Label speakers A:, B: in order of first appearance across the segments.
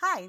A: Hi,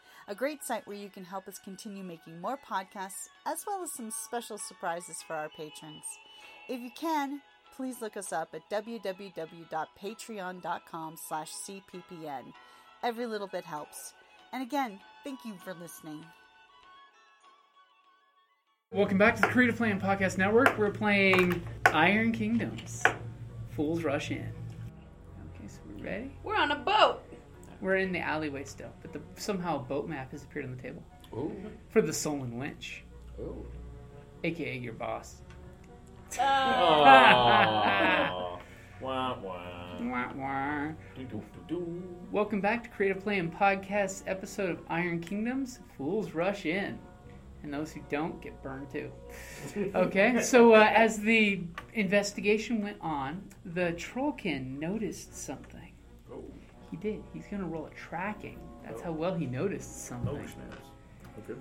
A: a great site where you can help us continue making more podcasts as well as some special surprises for our patrons. If you can, please look us up at www.patreon.com/cppn. Every little bit helps. And again, thank you for listening.
B: Welcome back to the Creative Play and Podcast Network. We're playing Iron Kingdoms. Fools rush in. Okay, so we're ready.
C: We're on a boat.
B: We're in the alleyway still, but the, somehow a boat map has appeared on the table
D: Ooh.
B: for the Solon Lynch,
D: Ooh.
B: aka your boss.
D: Aww. wah, wah.
B: Wah, wah.
D: Doo, doo, doo, doo.
B: Welcome back to Creative Play and Podcast episode of Iron Kingdoms. Fools rush in, and those who don't get burned too. Okay, so uh, as the investigation went on, the trollkin noticed something.
D: Oh,
B: He did. He's gonna roll a tracking. That's how well he noticed
D: oh
B: something.
D: snaps. Okay.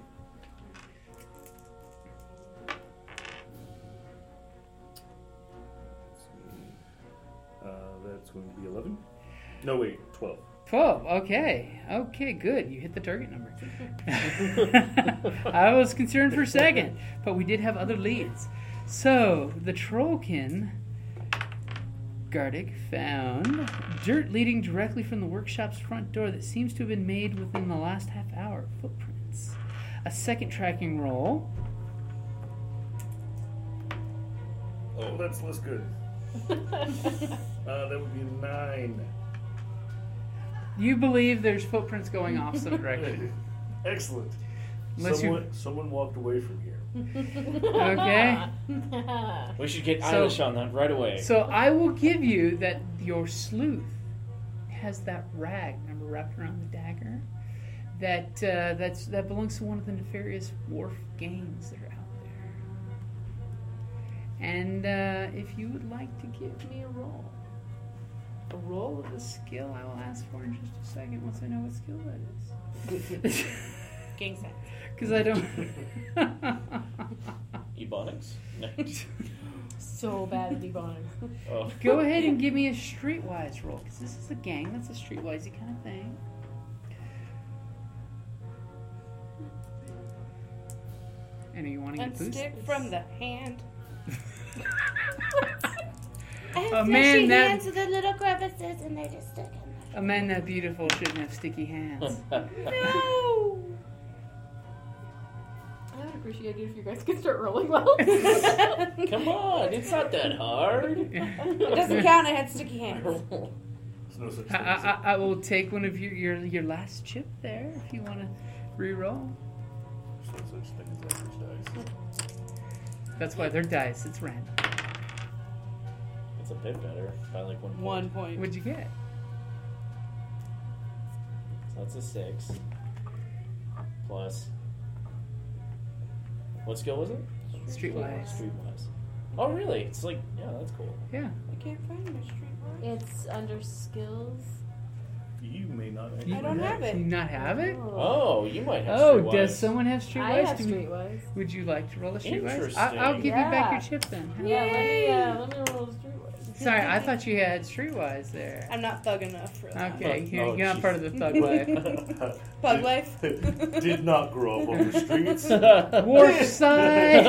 D: Uh, that's going to be 11. No, wait, 12.
B: Twelve. Okay. Okay. Good. You hit the target number. I was concerned for a second, but we did have other leads. So the trollkin Gardic found dirt leading directly from the workshop's front door that seems to have been made within the last half hour. Footprints. A second tracking roll.
D: Oh, that's less good. uh, that would be 9.
B: You believe there's footprints going off some direction.
D: Excellent.
B: Unless you-
D: someone, someone walked away from here.
B: Okay.
E: We should get
B: So-
E: Eilish on that right away.
B: So I will give you that your sleuth has that rag, remember, wrapped around the dagger. That uh, that's that belongs to one of the nefarious wharf gangs that are out there. And uh, if you would like to give me a roll, a roll of the skill, I will ask for in just a second once I know what skill that is.
C: Gang sex.
B: Because I don't.
E: Ebonics? No.
C: So bad at Ebonics.
E: Oh.
B: Go ahead and give me a streetwise roll, because this is a gang. That's a streetwisey kind of thing. And are you wanting to boost?
C: Unstick
B: this?
C: from the hand.
B: Oh, man, that-
C: hands to the little crevices and they just stick in
B: A man that beautiful shouldn't have sticky hands.
C: there. No! I would appreciate it if you guys could start rolling well. it
E: Come on, it's not that hard.
C: doesn't count, I had sticky hands.
E: Wait,
D: There's no such
B: I,
D: thing as
B: I, I will take one of your, your your last chip there if you want to re-roll.
D: There's no such thing as average dice.
B: That's why they're dice. It's random.
E: It's a bit better by like one point.
C: point.
B: What'd you get?
E: So that's a six. Plus. What skill was it?
B: Streetwise.
E: Streetwise. Oh, really? It's like, yeah, that's cool.
B: Yeah.
C: I can't find my street light.
F: It's under skills.
D: You may not.
B: You-
C: I don't have
B: Do you
C: it.
B: not have it?
E: Oh, you might have
B: Oh,
E: Streetwise.
B: does someone have streetwise?
F: I have
B: Do we-
F: streetwise.
B: Would you like to roll a streetwise? I- I'll give you
F: Interesting.
B: back
F: Yeah.
B: your chip then.
F: Yeah, let me,
C: Yay!
F: uh, let me roll the streetwise.
B: Sorry, I thought you had streetwise there.
C: I'm not thug enough for that.
B: Okay,
E: Oh,
B: you're,
E: oh,
B: you're not
E: geez.
B: part of the thug life.
C: Bug life?
D: Did not grow up on the streets.
B: Wharf side.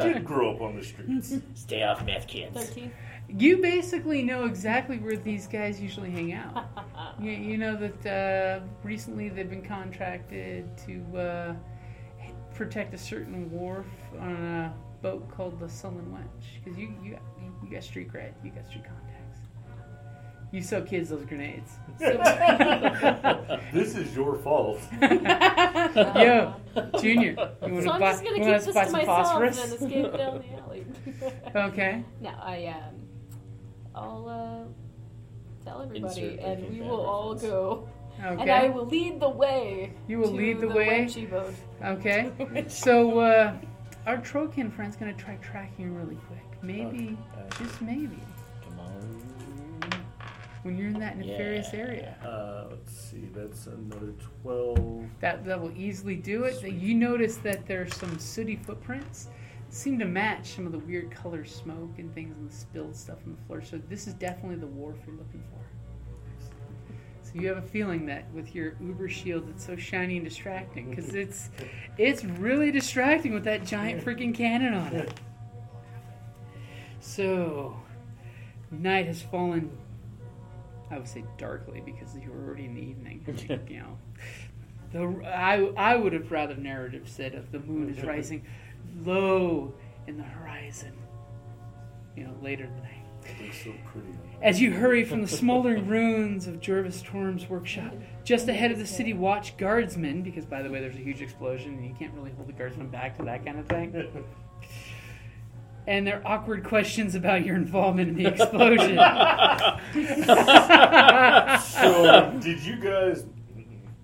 D: Did grow up on the streets.
E: Stay off meth kids.
F: 13.
B: you basically know exactly where these guys usually hang out. You, you know that uh, recently they've been contracted to uh, protect a certain wharf on a boat called the Sullen Wench because you you you got street cred, you got street contacts. You sell kids those grenades.
G: This is your fault.
B: Yo, Junior, you want
C: So
B: to
C: I'm
B: buy,
C: just
B: you
C: gonna keep
B: wanna
C: this to
B: buy some
C: myself and
B: phosphorus?
C: then escape down the alley.
B: Okay.
C: no, I um, I'll uh, tell everybody,
E: Insert
C: and
E: Breaking
C: we
E: Bad
C: will all
E: reference.
C: go, and I
B: Okay.
C: will lead the way.
B: You will
C: to
B: lead the way.
C: Wenchi boat.
B: Okay. So uh, our Trokin friend's gonna try tracking really quick. Maybe,
E: Okay.
B: just maybe,
E: Come on.
B: when you're in that nefarious
E: Yeah.
B: area,
G: Uh, let's see, that's another 12.
B: that that will easily do it. You notice that there's some sooty footprints. Seem to match some of the weird color smoke and things and the spilled stuff on the floor. So this is definitely the wharf you're looking for. So you have a feeling that with your Uber shield, it's so shiny and distracting because it's it's really distracting with that giant freaking cannon on it. So night has fallen. I would say darkly because you were already in the evening. you know, the I I would have rather narrative said of the moon is rising low in the horizon. You know, later in the night.
G: It's so pretty.
B: As you hurry from the smoldering ruins of Jervis Torm's workshop, just ahead of the city watch guardsmen, because by the way, there's a huge explosion and you can't really hold the guardsmen back to that kind of thing, and their awkward questions about your involvement in the explosion.
G: So, did you guys.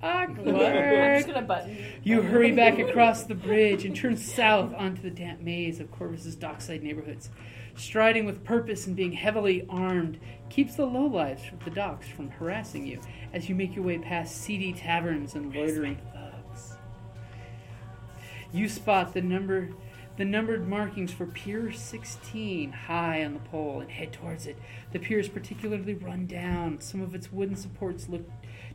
C: I'm just
B: awkward.
C: gonna button.
B: You hurry back across the bridge and turn south onto the damp maze of Corvus's dockside neighborhoods. Striding with purpose and being heavily armed keeps the lowlives of the docks from harassing you as you make your way past seedy taverns and loitering thugs. You spot the number the numbered markings for Pier 16 high on the pole and head towards it. The pier is particularly run down. Some of its wooden supports look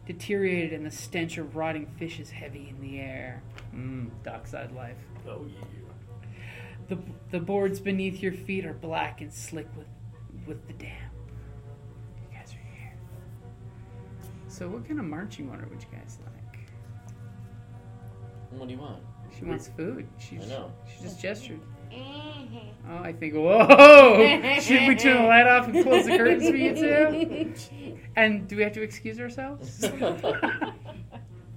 B: deteriorated, and the stench of rotting fish is heavy in the air. Mmm, dockside life.
G: Oh, yeah.
B: The, the boards beneath your feet are black and slick with, with the damp. You guys are here. So, what kind of marching order would you guys like?
E: What do you want?
B: She wants food. She's,
E: I know.
B: She just gestured. Oh, I think, whoa! Should we turn the light off and close the curtains for you too? And do we have to excuse ourselves?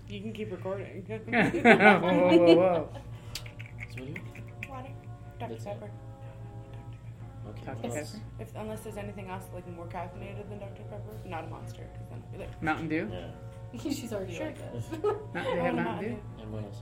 H: You can keep recording.
B: whoa, whoa, whoa, whoa.
E: So what do you want?
H: Water, Dr.
E: That's it.
H: Pepper.
E: Okay.
B: Dr.
E: what
B: Pepper?
E: else?
H: If, unless there's anything else like more caffeinated than Dr. Pepper, not a monster. 'cause then I'd be like,
B: Mountain Dew?
E: Yeah.
C: She's already
H: Sure.
C: like that.
B: Not, they have
H: "Oh,
B: Mountain Dew?
E: And what else?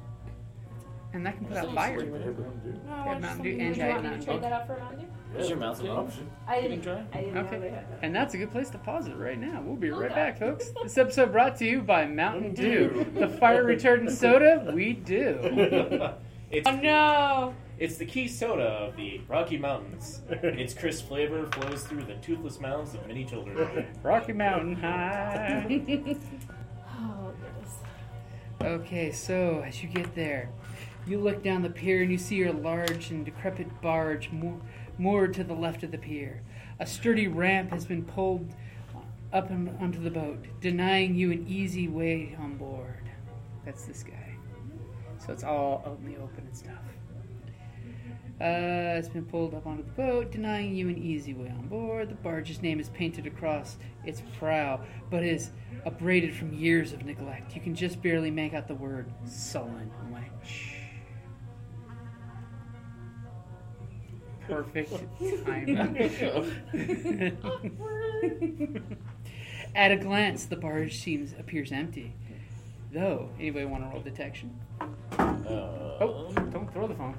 B: And that can put
E: What's
B: out
E: that?
B: fire.
E: Wait, wait, wait.
H: No, I
B: They
H: want
B: have Mountain
H: something
B: Dew and
H: to
C: Do
B: Diet
C: you want me to
B: Mountain
C: trade
B: Coke.
C: that out for a Mountain Dew?
E: Is your mouth
G: It's an
E: getting?
G: option.
C: I
E: Getting
C: didn't.
E: dry?
C: I didn't know they
B: Okay.
C: had that.
B: And that's a good place to pause it right now. We'll be right
C: Okay.
B: back, folks. This episode brought to you by Mountain Dew.
G: Mountain Dew.
B: The fire retardant soda we do.
E: It's,
H: Oh no!
E: it's the key soda of the Rocky Mountains. Its crisp flavor flows through the toothless mouths of many children.
B: Rocky Mountain High.
C: Oh goodness.
B: Okay, so as you get there, you look down the pier and you see your large and decrepit barge mo- moored to the left of the pier. A sturdy ramp has been pulled up and onto the boat, denying you an easy way on board. That's this guy. So it's all out in the open and stuff. Uh, it's been pulled up onto the boat, denying you an easy way on board. The barge's name is painted across its prow, but is abraded from years of neglect. You can just barely make out the word sullen wench. Perfect timing. At a glance, the barge seems appears empty. Though, anybody want to roll detection? Oh,
E: Um,
B: don't throw the phone.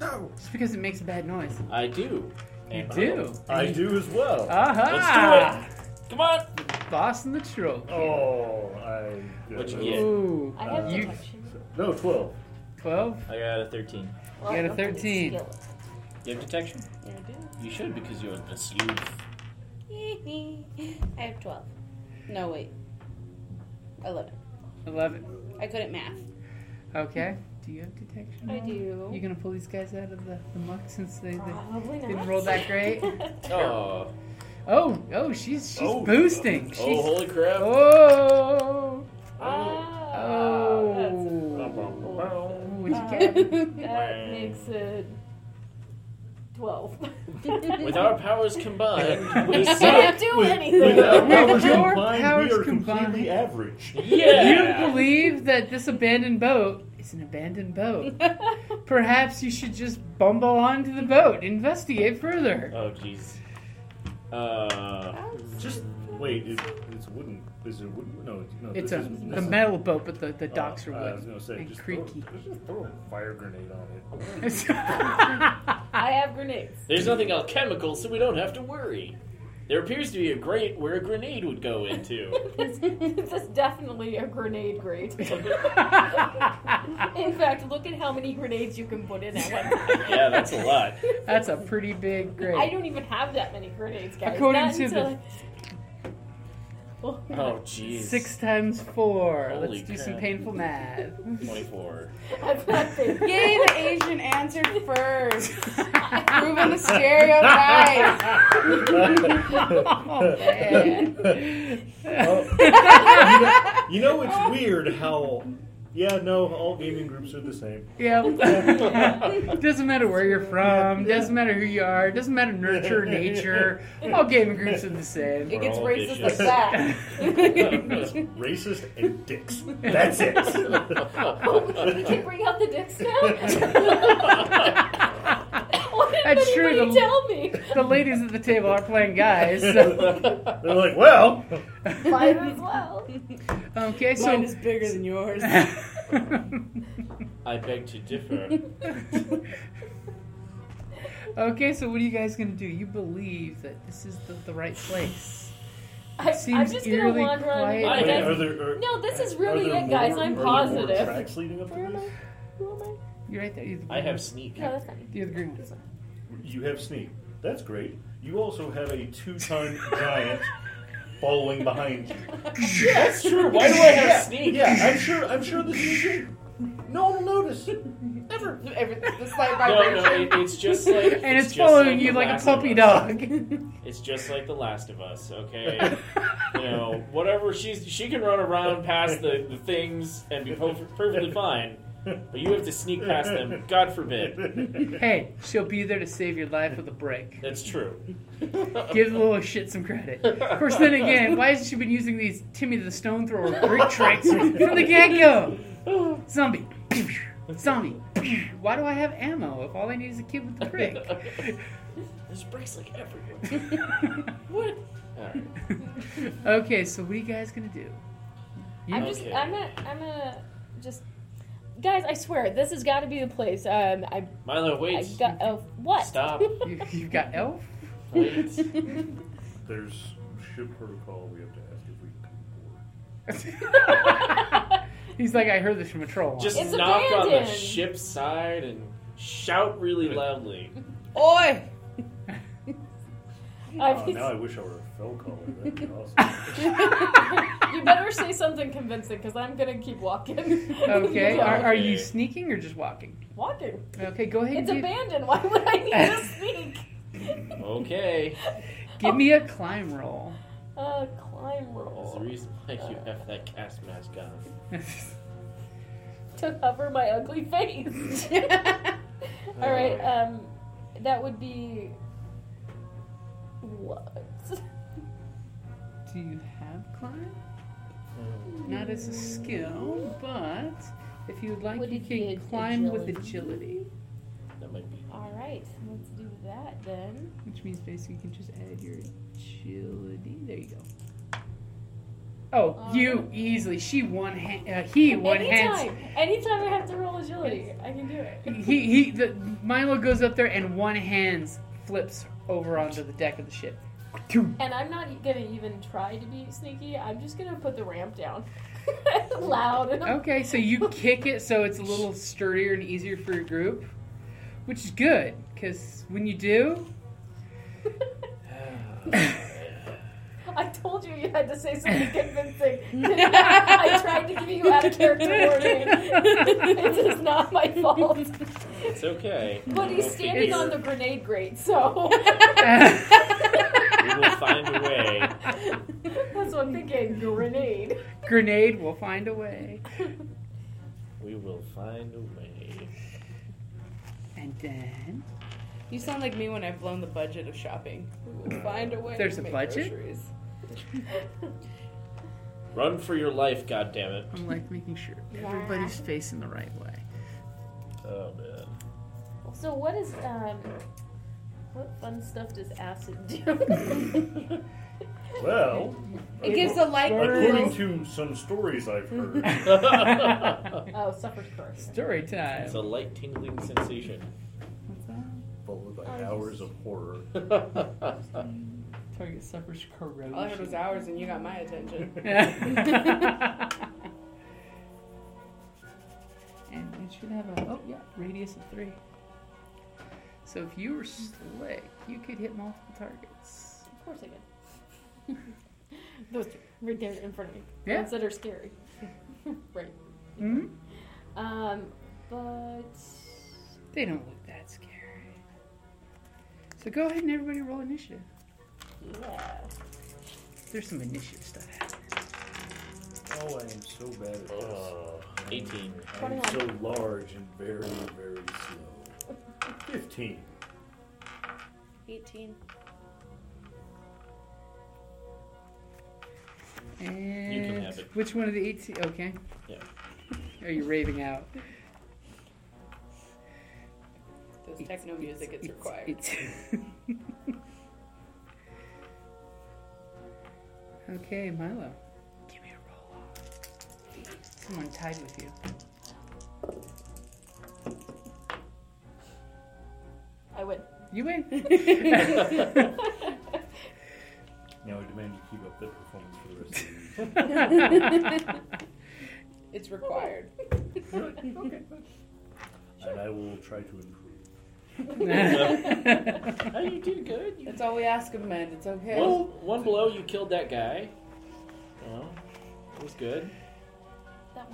G: No!
B: Just because it makes a bad noise.
E: I do.
B: You
E: And-
B: do.
G: I do as well.
B: Aha!
E: Come on!
B: Boss in the troll.
G: Oh, I.
E: What'd you get?
B: Ooh.
C: I have
B: you,
C: detection.
G: No, 12.
B: 12?
E: I got a 13.
C: Well,
B: You
C: I
B: had a
C: don't think
B: 13.
C: it's
E: You have detection?
H: There it is.
E: You should because you're the sleuth.
H: I have 12. No, wait. 11.
B: 11.
H: I couldn't math.
B: Okay. Do you have detection?
C: skill. I
B: You
C: do. Oh,
B: gonna pull these guys out of the, the muck since they, they
C: Probably not.
B: didn't roll that great?
E: Oh,
B: Oh, oh, she's she's
G: Oh.
B: boosting. She's
E: oh holy crap.
B: oh, oh,
C: Ah, that's- Uh,
B: Ooh,
G: Bum, bum, bum.
B: what'd you get?
C: That makes it Twelve.
E: With our powers combined, we
C: I
E: suck.
C: can't do
G: With-
C: anything.
G: with our
B: With
G: powers
B: your
G: combined,
B: powers
G: we are
B: combined.
G: completely average.
E: Yeah.
B: You believe that this abandoned boat is an abandoned boat. Perhaps you should just bumble onto the boat, investigate further.
E: Oh jeez. Uh,
G: Just wait. It, it's wooden. Is it wooden? No, it's- no.
B: It's
G: this
B: a,
G: is-
B: a
G: this is-
B: metal boat, but the, the
G: oh,
B: docks are
G: I was
B: wood.
G: gonna say,
B: and
G: just
B: creaky.
G: Throw, just throw a fire grenade on it.
C: I have grenades.
E: there's nothing alchemical, so we don't have to worry. There appears to be a grate where a grenade would go into.
C: This, this is definitely a grenade grate. In fact, look at how many grenades you can put in at one time.
E: yeah, that's a lot.
B: That's a pretty big
C: I
B: grade.
C: don't even have that many grenades, guys.
B: According
C: Not
B: to
C: until
B: the-
C: Oh,
E: Oh jeez.
B: Six times four.
E: Holy
B: Let's do some
E: crap.
B: painful math.
E: Twenty-four.
C: I've got the-
H: Yay, the Asian answered first. Proving the stereotype.
B: Oh,
G: You know, it's weird how. Yeah, no, all gaming groups are the same.
B: Yeah. doesn't matter where you're from, doesn't matter who you are, doesn't matter nurture, nature. All gaming groups are the same.
H: It gets
E: all
H: racist like
E: vicious.
H: that.
G: It's racist and dicks. That's it.
C: we can bring out the dicks now. Why didn't
B: That's true,
C: anybody
B: the-
C: tell me?
B: The ladies at the table are playing guys. So.
G: They're like, well,
C: Mine as well.
B: Okay, so
H: Mine is bigger than yours.
E: I beg to differ.
B: okay, so what are you guys gonna do? You believe that this is the, the right place?
C: I, I'm
B: Seems
C: just gonna
B: eerily
C: wander
B: quiet.
C: on.
E: Wait,
G: wait,
C: Guys,
G: are there? Are,
C: No, this is
G: are
C: really
G: there
C: it, guys.
G: more-
C: I'm
G: are there more
C: positive.
G: tracks leading up to
C: Where am I?
G: this?
C: Who am I?
B: You're right there. You're the,
E: I have sneak.
C: No, that's not me.
B: you're the green one.
G: You have sneak. That's great. You also have a two-ton giant following behind you.
E: That's true. Why do I have sneak?
G: Yeah, I'm sure. I'm sure this is you. No one will notice.
H: Ever, every, the slight
E: No,
H: vibration.
E: no, it, it's just like
B: And it's,
E: just
B: following you
E: like The
B: like a
E: Last of
B: puppy
E: Us.
B: dog.
E: It's just like The Last of Us, okay? you know, whatever she's she can run around past the, the things and be po- perfectly fine, but you have to sneak past them. God forbid.
B: hey, she'll be there to save your life with a break.
E: That's true.
B: Give the little shit some credit. Of course, then again, why has she been using these Timmy the Stone Thrower Greek tricks from the get go? Zombie. Zombie. Why do I have ammo if all I need is a kid with a brick?
E: There's bricks like everywhere. what? All right.
B: okay, so what are you guys gonna do?
C: I'm just.
E: Okay.
C: I'm gonna. I'm gonna just. Guys, I swear this has got to be the place. Um, I,
E: Milo,
C: I
E: wait.
C: got. Oh, what?
E: Stop.
B: You, you've got elf.
E: Wait.
G: There's ship protocol. We have to ask if we can board.
B: He's like, I heard this from a troll.
E: Just
C: It's
E: knock on
C: abandoned.
E: the ship's side and shout really loudly.
H: Oi!
C: I've-
G: Oh, now I wish I were a fell color. That'd be awesome.
C: you better say something convincing because I'm gonna keep walking.
B: okay, are, are you
E: Okay.
B: sneaking or just walking?
C: walking.
B: Okay, go ahead.
C: It's
B: and give,
C: abandoned. Why would I need to sneak?
E: Okay.
B: give me a climb roll.
C: Uh, climb
E: That's the
C: roll
E: reason why you have that cast mask on.
C: to cover my ugly face. All right. Um, that would be what?
B: Do you have climb? Not as a skill, but if you would like,
C: Would
B: you
C: it be
B: can
C: a-
B: climb with
C: agility?
B: agility,
E: That might be.
C: All right. Let's do that then.
B: which means basically you can just add your agility. There you go. Oh,
C: Uh,
B: you easily. She one hand. Uh, he one hands.
C: anytime, anytime I have to roll agility, I can do it.
B: He he. The, Milo goes up there and one hands flips over onto the deck of the ship.
C: And I'm not gonna even try to be sneaky. I'm just gonna put the ramp down loud. And I'm-
B: Okay, so you kick it so it's a little sturdier and easier for your group, which is good because when you do,
C: I told you you had to say something convincing. I tried to give you out of character warning. this is not my fault.
E: It's okay.
C: But he's standing on the grenade grate, so
E: We will find a way.
C: that's what I'm thinking. Grenade.
B: grenade will find a way.
E: We will find a way.
B: And then
H: You sound like me when I've blown the budget of shopping. We will find a way.
B: There's
H: to
B: a
H: make
B: budget?
H: Groceries.
E: Run for your life, goddammit.
B: I'm like making sure everybody's facing the right way.
E: Oh, man.
C: So what is um, what fun stuff does acid do?
G: Well,
H: It gives a light
G: according
H: burn.
G: to some stories I've heard,
C: oh, suffer's curse.
B: Story time.
E: It's a light tingling sensation.
G: followed by hours of horror.
B: Target suffers corrosion.
H: All I heard was hours, and you got my attention.
B: and it should have a oh yeah radius of three. So if you were slick, you could hit multiple targets.
C: Of course I did. Those two right there in front of me.
B: Yeah.
C: Ones that are scary. right.
B: hmm
C: Um, but
B: They don't look that scary. So go ahead and everybody roll initiative.
C: yeah.
B: There's some initiative stuff. happening.
G: Oh, I am so bad at this.
E: Oh, 18.
G: I am so large and very, very slow. Fifteen.
C: 18.
B: And
E: have it.
B: which one of the eighteen? Okay.
E: Yeah.
B: Are you raving out?
H: This techno music is required.
B: It's- okay, Milo. Give me a roll off. Someone tied with you.
C: I win.
B: You win.
G: Now I demand you keep up that performance for the rest of the evening.
H: It's required.
G: and I will try to improve.
E: Oh, you did good. You...
H: That's all we ask of men. It's okay.
E: One, one blow, you killed that guy. Well, it was good.
C: That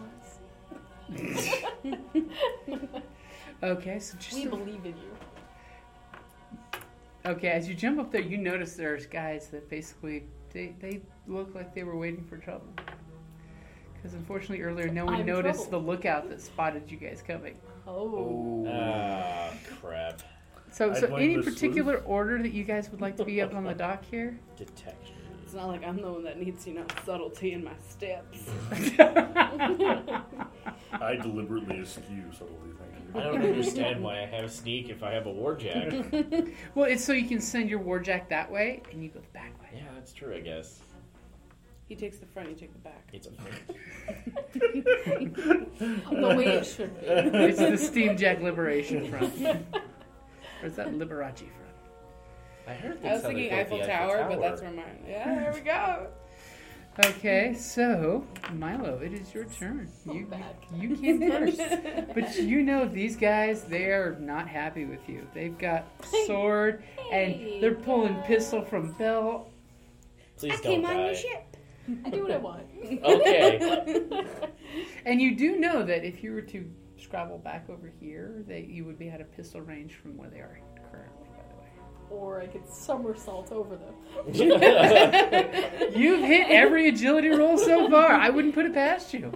C: one's.
B: okay, so just
C: We believe in you.
B: okay. As you jump up there, you notice there's guys that basically they they look like they were waiting for trouble. Because unfortunately, earlier no one
C: I'm
B: noticed
C: trouble.
B: the lookout that spotted you guys coming.
C: Oh.
E: Ah, crap.
B: So,
G: I'd
B: so
G: blame
B: any
G: the sleuth.
B: particular order that you guys would like to be up on the dock here?
E: Detection.
H: It's not like I'm the one that needs, you know, subtlety in my steps.
G: I deliberately askew subtly,
E: I
G: thank you.
E: don't understand why I have a sneak if I have a warjack.
B: Well, it's so you can send your warjack that way, and you go the back way.
E: yeah, that's true, I guess.
H: He takes the front, you take the back.
E: It's a
C: The way it should be.
B: It's the Steam Jack Liberation Front. or is that Liberace Front?
E: I heard that
H: I was
E: sounded
H: thinking
E: like
H: Eiffel,
E: the
H: Tower, but that's where mine. Yeah, there we go.
B: Okay, so Milo, it is your turn. You
C: bad.
B: you came first, but you know these guys. They are not happy with you. They've got sword and they're pulling pistol from belt.
E: Please don't die.
C: I do what I want.
E: Okay.
B: And you do know that if you were to scrabble back over here, that you would be out of pistol range from where they are currently. By
C: Or I could somersault over them.
B: the way, you've hit every agility roll so far. I wouldn't put it past you.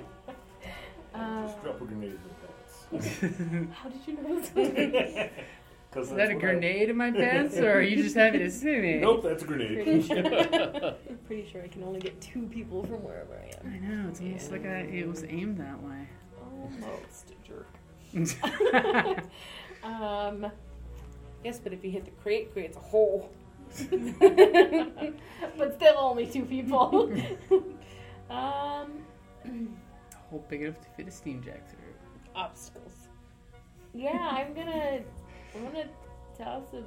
C: Uh,
G: Just drop a grenade in the pants.
C: how did you know this?
G: Is
B: Is that a grenade in my pants, or are you just happy to see me?
G: Nope, that's a grenade.
C: pretty, sure, pretty sure I can only get two people from wherever I am.
B: I know. It's almost like I, it was aimed that way.
C: Almost a jerk.
H: Um, yes, but if you hit the crate, it creates a hole.
C: but still only two people. um,
B: hole big enough to fit a steam jack through.
H: Obstacles.
C: yeah, I'm gonna, I'm gonna toss a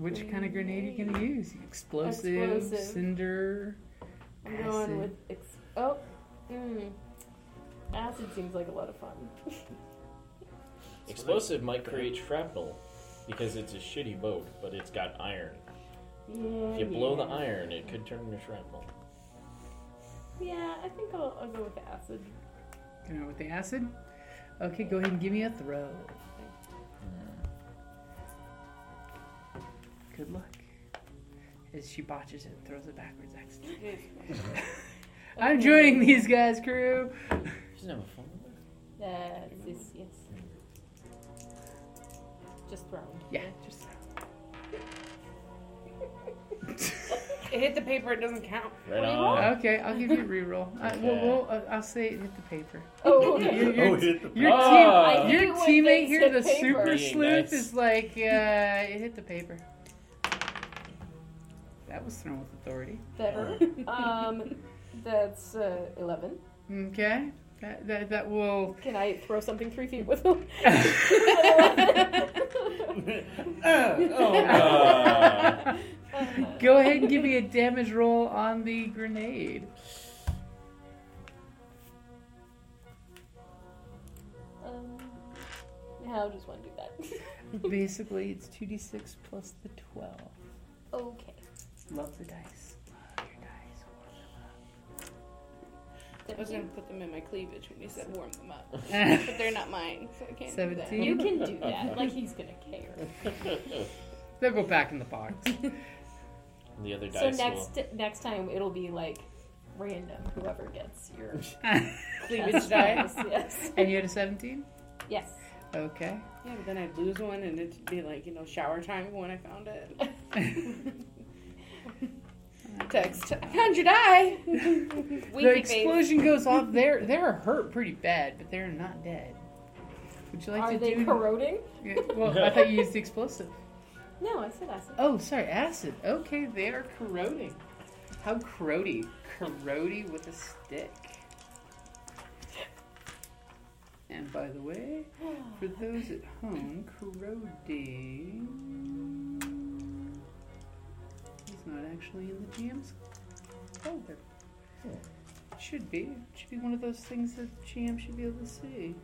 B: Which kind of grenade are you gonna use? Explosive,
C: Explosive.
B: cinder.
C: I'm going
B: Acid.
C: with ex- oh, mm. acid seems like a lot of fun.
E: Explosive might create shrapnel because it's a shitty boat, but it's got iron.
C: Yeah,
E: If you blow the
C: yeah.
E: iron, it could turn into shrapnel.
C: Yeah, I think I'll, I'll go with the acid.
B: Going with the acid. Okay, go ahead and give me a throw. Good luck. As she botches it and throws it backwards accidentally. I'm joining these guys, crew.
E: She doesn't have a phone number.
C: Uh, yes, yes. Just thrown.
B: Yeah, just
H: It hit the paper, it doesn't count.
E: Right on.
B: okay. I'll give you a reroll. I, we'll,
E: Okay.
B: we'll, uh, I'll say it hit the paper.
C: Oh, okay.
B: Your, your,
G: oh, hit the
B: your
E: Oh.
B: team,
E: I
C: knew
B: your
C: it
B: teammate
C: hits
B: here,
C: the
B: the super
C: paper.
E: Being
B: sleuth,
E: nice.
B: is like, uh, it hit the paper. That was thrown with authority.
C: Better. Um, that's uh, 11.
B: Okay, that that, that will.
C: Can I throw something three feet with him?
E: Uh,
B: Go ahead and give me a damage roll on the grenade.
C: Um, how does one do that?
B: Basically, it's 2d6 plus the 12.
C: Okay.
B: Love the dice. Love your dice.
H: I was gonna put them in my cleavage when you said warm them up,
B: Warm them up.
H: but they're not mine, so I can't do
B: 17.
C: You can do that. Like, he's going to care.
B: They'll go back in the box.
E: the other
C: So
E: dice
C: next next time, it'll be like random, whoever gets your
H: that.
C: best
H: Cleavage die.
C: dice. Yes.
B: and you had a 17?
C: Yes.
B: Okay.
H: Yeah, but then I'd lose one, and it'd be like you know shower time when I found it. Text. I found your die.
B: the
H: Winky face.
B: explosion goes off. They're they're hurt pretty bad, but they're not dead. Would you like
C: Are
B: to
C: they
B: do?
C: corroding?
B: Yeah, well, I thought you used the explosive.
C: No, I said acid.
B: Oh, sorry, acid. Okay, they are corroding. How corrody? Corrody with a stick. And by the way, for those at home, corroding is not actually in the GM's folder. Should be. Should be one of those things that GM should be able to see.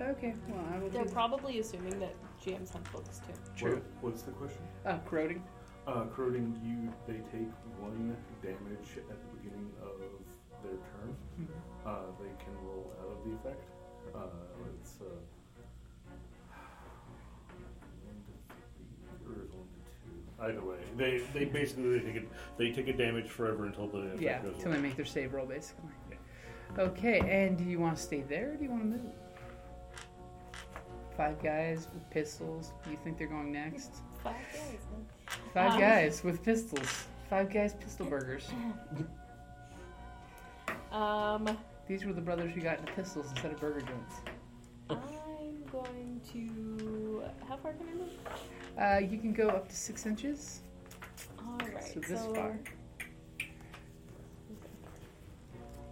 B: Okay, well, I will
C: They're
B: do
C: probably assuming that GMs have books too.
B: True.
G: what's the question?
B: uh, corroding.
G: Uh, corroding you, they take one damage at the beginning of their turn. Uh, they can roll out of the effect. Uh, it's uh, one to three or one to two. Either way, they they basically they take a, they take a damage forever until the effect
B: Yeah,
G: goes
B: till they
G: away.
B: make their save roll, basically. Okay, and do you want to stay there or do you want to move? Five guys with pistols. You think they're going next?
C: Five days. huh?
B: Five
C: Um,
B: guys with pistols. Five guys pistol burgers.
C: Um,
B: These were the brothers who got into pistols instead of burger joints.
C: I'm going to. How far can I move?
B: Uh, you can go up to six inches.
C: All right. uh,
B: so this far.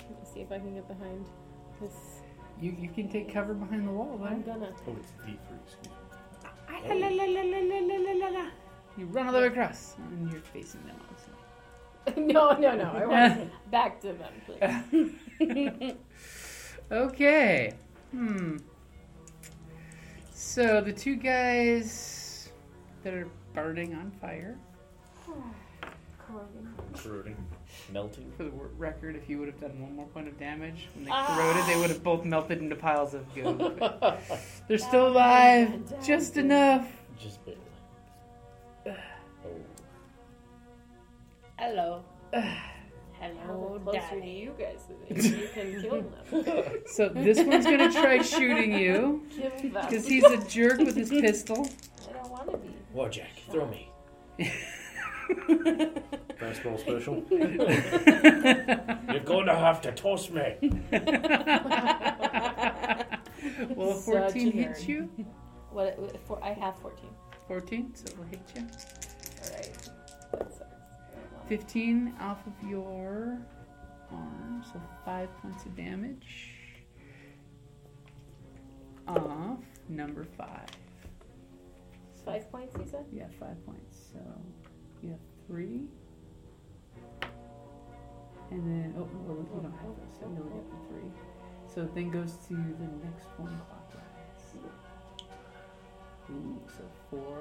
C: Let me see if I can get behind this.
B: You, you can take cover behind the wall
C: I'm
B: then.
C: gonna.
G: Oh, it's D three. Excuse me.
H: Ah, la, la, la, la, la, la, la, la.
B: You run all the way across and you're facing them. obviously.
C: no, no, no. I want back to them, please.
B: Okay. Hmm. So the two guys that are burning on fire,
C: Corroding.
G: Corroding.
E: melting.
B: for the wor- record, if you would have done one more point of damage when they corroded, they would have both melted into piles of goo. But They're still alive, just enough.
E: Just barely.
H: Hello.
C: How
H: Hello,
C: closer to
H: daddy.
C: you guys that you can kill them.
B: So this one's gonna try shooting you
C: Kill them.
B: because he's a jerk with his pistol.
C: I don't want to be.
E: Warjack, throw me.
G: Fastball special.
E: You're going to have to toss me.
B: Will a
C: Such a
B: fourteen hit
C: nerd.
B: you?
C: What? what- For, I have 14.
B: Fourteen, so it will hit you.
C: All right. That sucks. I don't wanna-
B: 15 off of your arm, so 5 points of damage. Off number 5.
C: Five points, you said?
B: Yeah, 5 points. So you have 3. And then, oh, no, we don't have those, so you only have the 3. So it then goes to the next one clockwise. Ooh, so 4. Uh,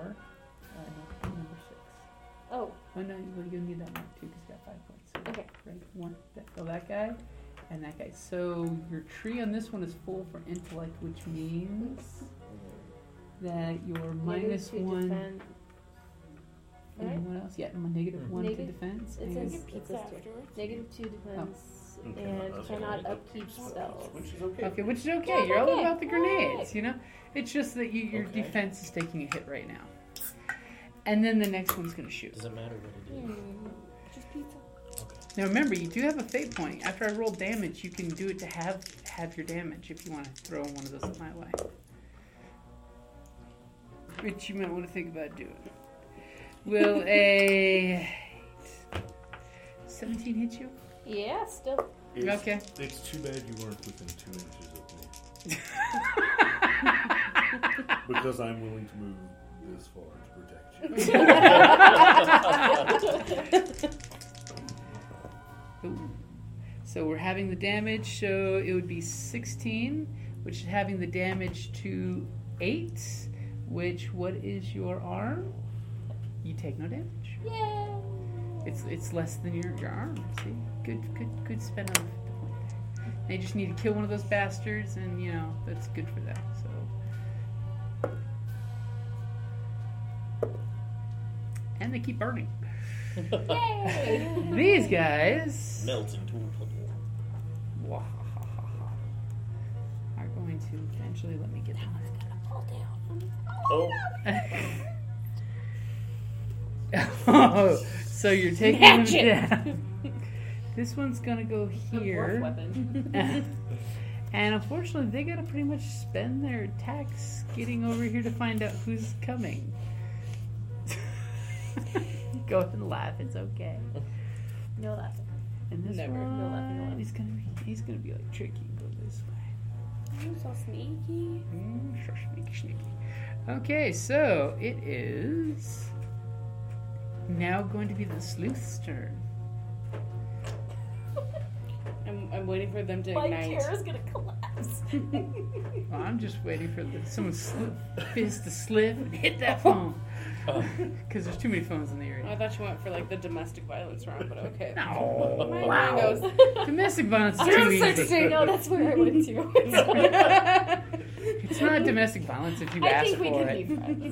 B: no, number 6.
C: Oh,
B: Oh no, you- well, you'll need that mark too because you got five points. So
C: Okay.
B: Right, one. That, oh, that guy, and that guy. So your tree on this one is full for intellect, which means that your minus
C: negative two
B: one.
C: defend-
B: And what else? Yeah, my negative one
C: Negative-
B: to defense.
C: it's
B: and
C: a-
H: Pizza afterwards.
B: Oh.
C: Negative two defense.
G: and,
C: And
G: us
C: cannot
G: all
C: upkeep spells.
G: Which is okay.
B: Okay, which is okay.
C: Yeah,
B: You're all
C: okay.
B: about the
C: All right.
B: grenades, you know? It's just that you, your
E: Okay.
B: defense is taking a hit right now. And then the next one's going to shoot.
E: Does it matter what it is?
C: Hmm. Just pizza.
B: Now remember, you do have a fate point. After I roll damage, you can do it to have have your damage if you want to throw one of those at my way. Which you might want to think about doing. Will a 17 hit you?
C: Yeah, still.
G: It's,
B: Okay.
G: It's too bad you weren't within two inches of me. because I'm willing to move this far to protect you.
B: Ooh. So we're having the damage, so it would be 16, which is having the damage to 8, which what is your arm? You take no damage.
C: Yay!
B: It's it's less than your, your arm. See, good good good spin of the point there. They just need to kill one of those bastards, and you know that's good for that. So. And they keep burning.
C: Yay!
B: These guys
E: Melt into a puddle.
B: Wahahaha. are going to eventually let me get them.
C: Fall down.
E: Oh,
B: oh, so you're taking them
C: Snatch it.
B: down. This one's gonna go
I: The dwarf
B: here,
I: weapon.
B: and unfortunately, they gotta pretty much spend their attacks getting over here to find out who's coming. go ahead and laugh. It's okay.
C: No laughing.
B: And this
I: Never.
B: one,
C: No laughing allowed.
B: he's gonna be, he's gonna be like tricky. Go this way.
C: You so sneaky.
B: Mm, sure, sneaky, sneaky. Okay, so it is now going to be the sleuth's turn.
H: I'm, I'm waiting for them to
C: My
H: ignite.
C: chair is gonna collapse.
B: Well, I'm just waiting for the, someone's sli- fist to slip and hit that phone.
E: Oh.
B: Because there's too many phones in the
H: I
B: area.
H: thought you went for like the domestic violence round, but okay.
B: No.
H: My
B: Wow.
H: mind goes.
B: Domestic violence is too
H: Zero
B: easy.
H: sixteen.
C: no, that's where I went to.
B: It's not domestic violence if you
H: I
B: ask
H: think we
B: for
H: can
B: it.
H: be friends.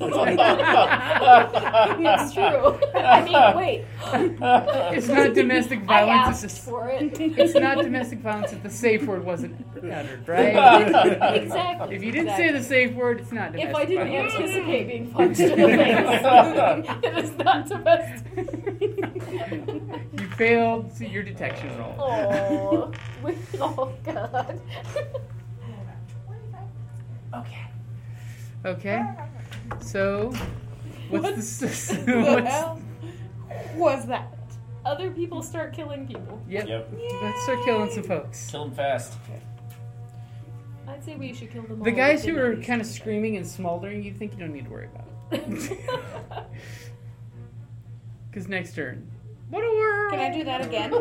C: That's true. I mean, wait.
B: It's not domestic
C: I
B: violence.
C: asked
B: It's, a,
C: for it.
B: it's not domestic violence if the safe word wasn't uttered, right?
C: Exactly.
B: If you didn't say the safe word, it's not domestic
C: If I didn't
B: violence.
C: anticipate being punched in the face, it is not domestic.
B: You failed your detection roll.
C: Oh, we, oh God.
B: Okay. Okay. So, what's
H: What
B: the, s-
H: the
B: what's-
H: hell was that?
C: Other people start killing people.
B: Yep.
E: yep.
B: Let's start killing some folks.
E: Kill him fast.
C: I'd say we should kill them all.
B: The guys who are
C: were
B: kind of screaming and smoldering, you think you don't need to worry about it. Because next turn. What a world!
H: Can I do that again?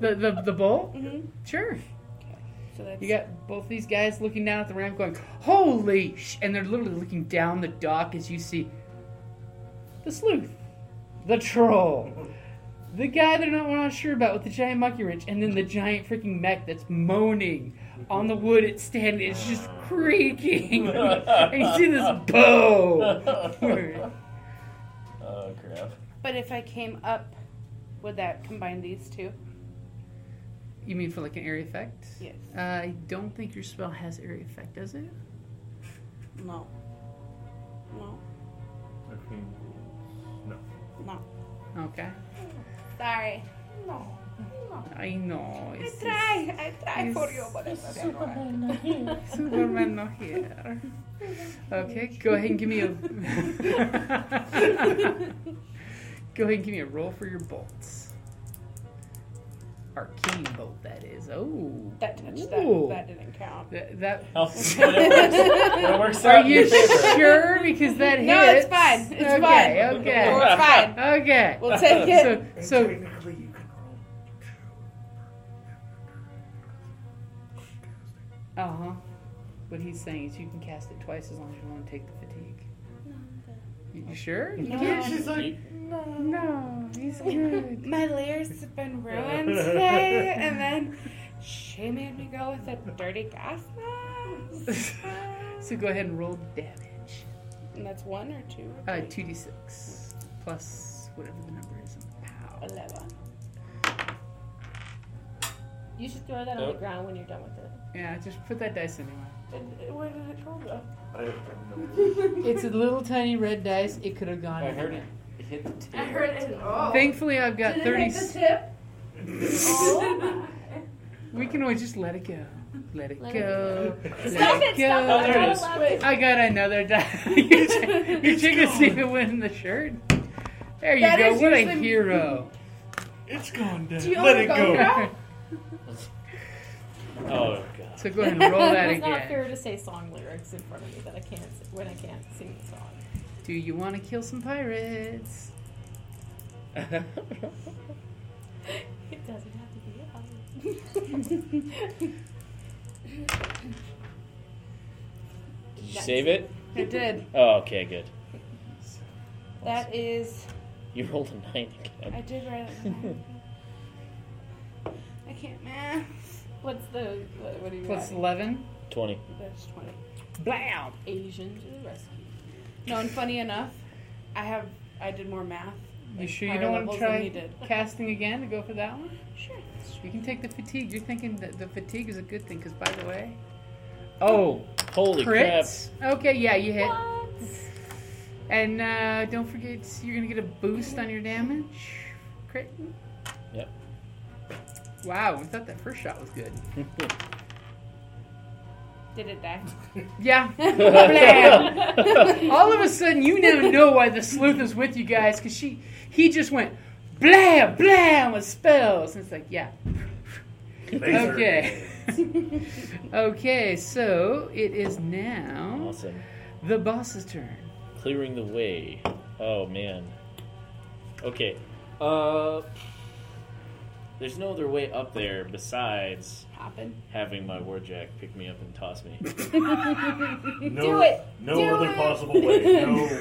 B: The, the, the bull?
H: Mhm.
B: Sure.
H: So that's
B: You got both these guys looking down at the ramp going, holy sh! And they're literally looking down the dock as you see the sleuth, the troll, the guy they're not, we're not sure about with the giant monkey wrench, and then the giant freaking mech that's moaning on the wood it's standing. It's just creaking. and you see this bow.
E: Oh crap.
H: But if I came up, would that combine these two?
B: you mean for like an area effect?
H: Yes.
B: Uh, I don't think your spell has area effect, does it?
H: No. No.
G: Arcane rules. No.
B: Okay.
H: Sorry. No.
B: I know.
H: I
B: it's-
H: try. I try
B: Yes.
H: for you, but it's Superman.
B: Superman not here. Okay, go ahead and give me a. go ahead and give me a roll for your bolts. Arcane bolt, that is. Oh.
H: That touched
B: Ooh.
H: that. That didn't count.
B: That. that
E: Oh, when it works, when it works
B: are
E: out in your
B: you
E: favor.
B: sure? Because that hits.
H: No, it's fine. It's
B: okay,
H: fine.
B: Okay.
H: We're fine.
B: Okay.
H: We'll take it.
B: So, so
G: technically you can roll two.
B: uh huh. What he's saying is you can cast it twice as long as you want to take the fatigue. You you sure? You
H: No,
B: can't
H: I'm
B: just like no. He's good.
H: My layers have been ruined today, and then she made me go with a dirty gas mask.
B: so go ahead and roll damage.
H: And that's one or two?
B: Uh, 2d6 plus whatever the number is on the pow.
H: Eleven.
C: You should throw that on the
E: Nope.
C: ground when you're done with it.
B: Yeah, just put that dice anyway.
C: It- it- Where did it go though?
G: I have no idea.
B: It's a little tiny red dice. It could have gone.
E: I heard
B: anywhere.
E: it hit the tip.
H: I heard it. Oh.
B: Thankfully, I've got
H: Did it
B: thirty.
H: hit the tip? Oh.
B: We can always just let it go. Let it
C: Let it
B: go.
C: Stop
B: let
C: it! Stop
B: go.
E: Oh,
C: it!
E: there it
C: Don't
E: is.
C: allow it.
B: I got another die. you check- you check to see who won the shirt. There you
H: That
B: go.
H: is
B: What a
H: usually-
B: hero.
D: It's gone down.
H: Do you
D: Let
H: wanna
D: it
H: go
D: go.
H: now?
E: Oh god.
B: So go ahead and roll that
C: it's not
B: again.
C: fair to say song lyrics in front of me that I can't s- when I can't sing the song.
B: Do you want to kill some pirates?
C: It doesn't have to be. a hug.
E: Did you save it?
H: It did.
E: Oh, okay, good.
H: That is.
E: You rolled a nine again.
H: I did write it. down. I can't, man.
C: What's the what, what are you?
B: Plus
C: Plus
B: 11.
E: Twenty.
H: That's 20.
B: Blam!
C: Asian to the rescue.
H: No, and funny enough, I have. I did more math.
B: You
H: like,
B: sure you
H: higher
B: don't want to
H: levels than you
B: try
H: did.
B: casting again to go for that one?
H: Sure.
B: You can take the fatigue. You're thinking that the fatigue is a good thing, because by the way. Oh,
E: Holy crap.
B: crits? Okay, yeah, you hit.
C: What?
B: And uh, don't forget, you're going to get a boost on your damage. Crit.
E: Yep.
B: Wow, we thought that first shot was good.
H: Did it die?
B: Yeah. Blam. All of a sudden, you now know why the sleuth is with you guys, because she, he just went blam, blam with spells. And it's like, yeah.
D: Laser.
B: Okay. okay, so it is now
E: Awesome.
B: the boss's turn.
E: Clearing the way. Oh man. Okay. Uh there's no other way up there besides
H: Hopping.
E: having my warjack pick me up and toss me.
D: No,
C: Do it.
D: No
C: Do
D: other
C: it.
D: possible way. No. no,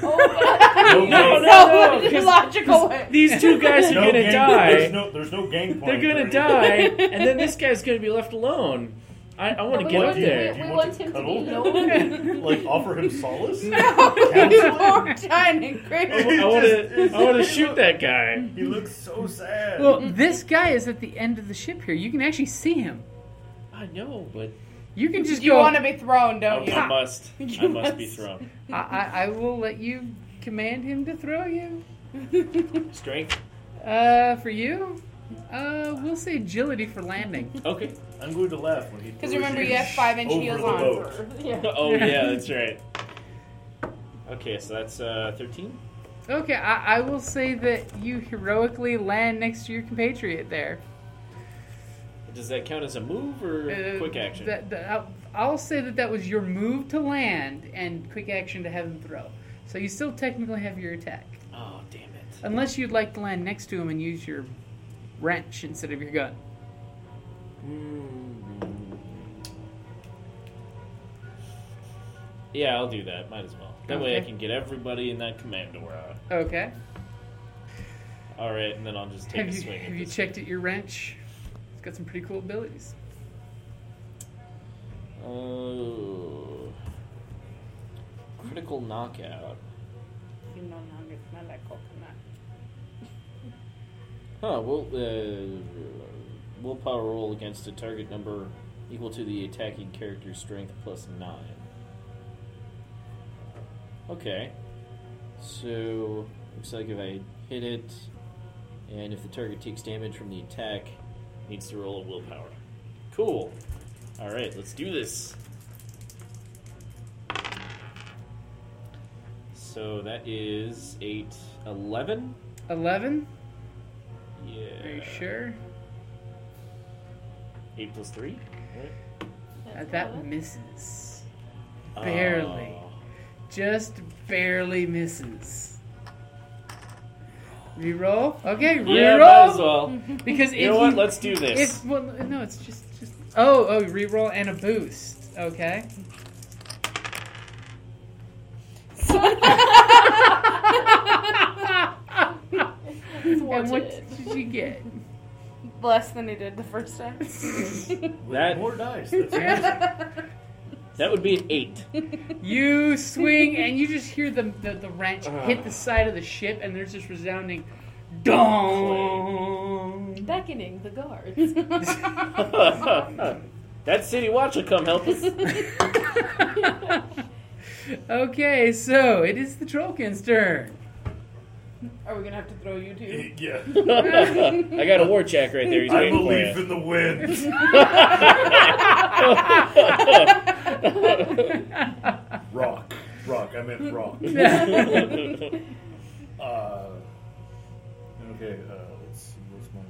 E: No,
D: way.
E: no, no.
H: It's logical way.
E: These two guys are
D: No
E: gonna
D: gang-
E: die.
D: There's no, there's no gang
E: They're
D: plank
E: gonna
D: or
E: die,
D: anything.
E: and then this guy's gonna be left alone. I, I want to
C: We
E: get
D: what
E: up
D: do you- do
E: there.
C: We,
D: you
C: we
D: want
C: want
D: to
C: him to be
D: cuddle?
C: alone.
D: Like, offer him solace?
H: Poor tiny
B: Oh,
D: It's
E: I
H: creature.
E: want to.
D: just-
E: I want to shoot that guy.
D: He looks so sad.
B: Well, this guy is at the end of the ship here. You can actually see him.
E: I know, but
B: You can just
H: You
B: go.
H: want to be thrown, don't
E: I,
H: you?
E: I must. I
H: You
E: Oh, must be
H: must.
E: thrown.
B: I, I, I will let you command him to throw you.
E: Strength.
B: Uh, for you, uh, we'll say agility for landing.
E: Okay.
D: I'm going to laugh when he
H: Because
D: throws
H: remember,
D: you
H: you have five inch
D: over
H: heels
D: the
H: on.
D: boat.
C: yeah.
E: Oh yeah, that's right. Okay, so that's uh, thirteen.
B: Okay, I, I will say that you heroically land next to your compatriot there.
E: Does that count as a move or
B: Uh,
E: quick action?
B: That, that- I'll, I'll say that that was your move to land and quick action to have him throw. So you still technically have your attack,
E: oh damn it!
B: unless you'd like to land next to him and use your wrench instead of your gun.
E: Mm. Yeah, I'll do that. Might as well. That way I
B: Okay.
E: can get everybody in that commando out.
B: Okay.
E: All right, and then I'll just take
B: Have
E: a
B: you
E: swing. at
B: have you
E: this.
B: checked at your wrench? It's got some pretty cool abilities.
E: Oh. Critical knockout.
H: You no longer smell like coconut.
E: Huh, we'll, uh, willpower roll against a target number equal to the attacking character's strength plus 9. Okay. So, looks like if I hit it, and if the target takes damage from the attack, needs to roll a willpower. Cool. Alright, let's do this. So that is 8, 11?
B: Eleven.
E: Yeah.
B: Are you sure?
E: 8 plus 3?
B: Uh, that misses. Barely.
E: Oh.
B: Just barely misses. Reroll? Okay, reroll.
E: Yeah, might as well.
B: Because
E: You
B: if
E: know what?
B: you-
E: Let's do this.
B: if- well, no, it's just just oh oh reroll and a boost. Okay. and what
C: Thwarted.
B: did you get?
H: Less than he did the first time.
E: That-
D: More dice. That's amazing.
E: That would be an 8.
B: You swing and you just hear the the, the wrench
E: Ugh.
B: hit the side of the ship, and there's this resounding dong.
C: beckoning the guards.
E: that city watch will come help us.
B: okay, so it is the Trollkin's turn.
I: Are we gonna have to throw you two?
D: Yeah.
E: I got a war check right there. He's
D: I
E: waiting
D: believe
E: for you.
D: in the wind. rock. Rock. I meant rock. Uh, okay, uh, let's see. What's my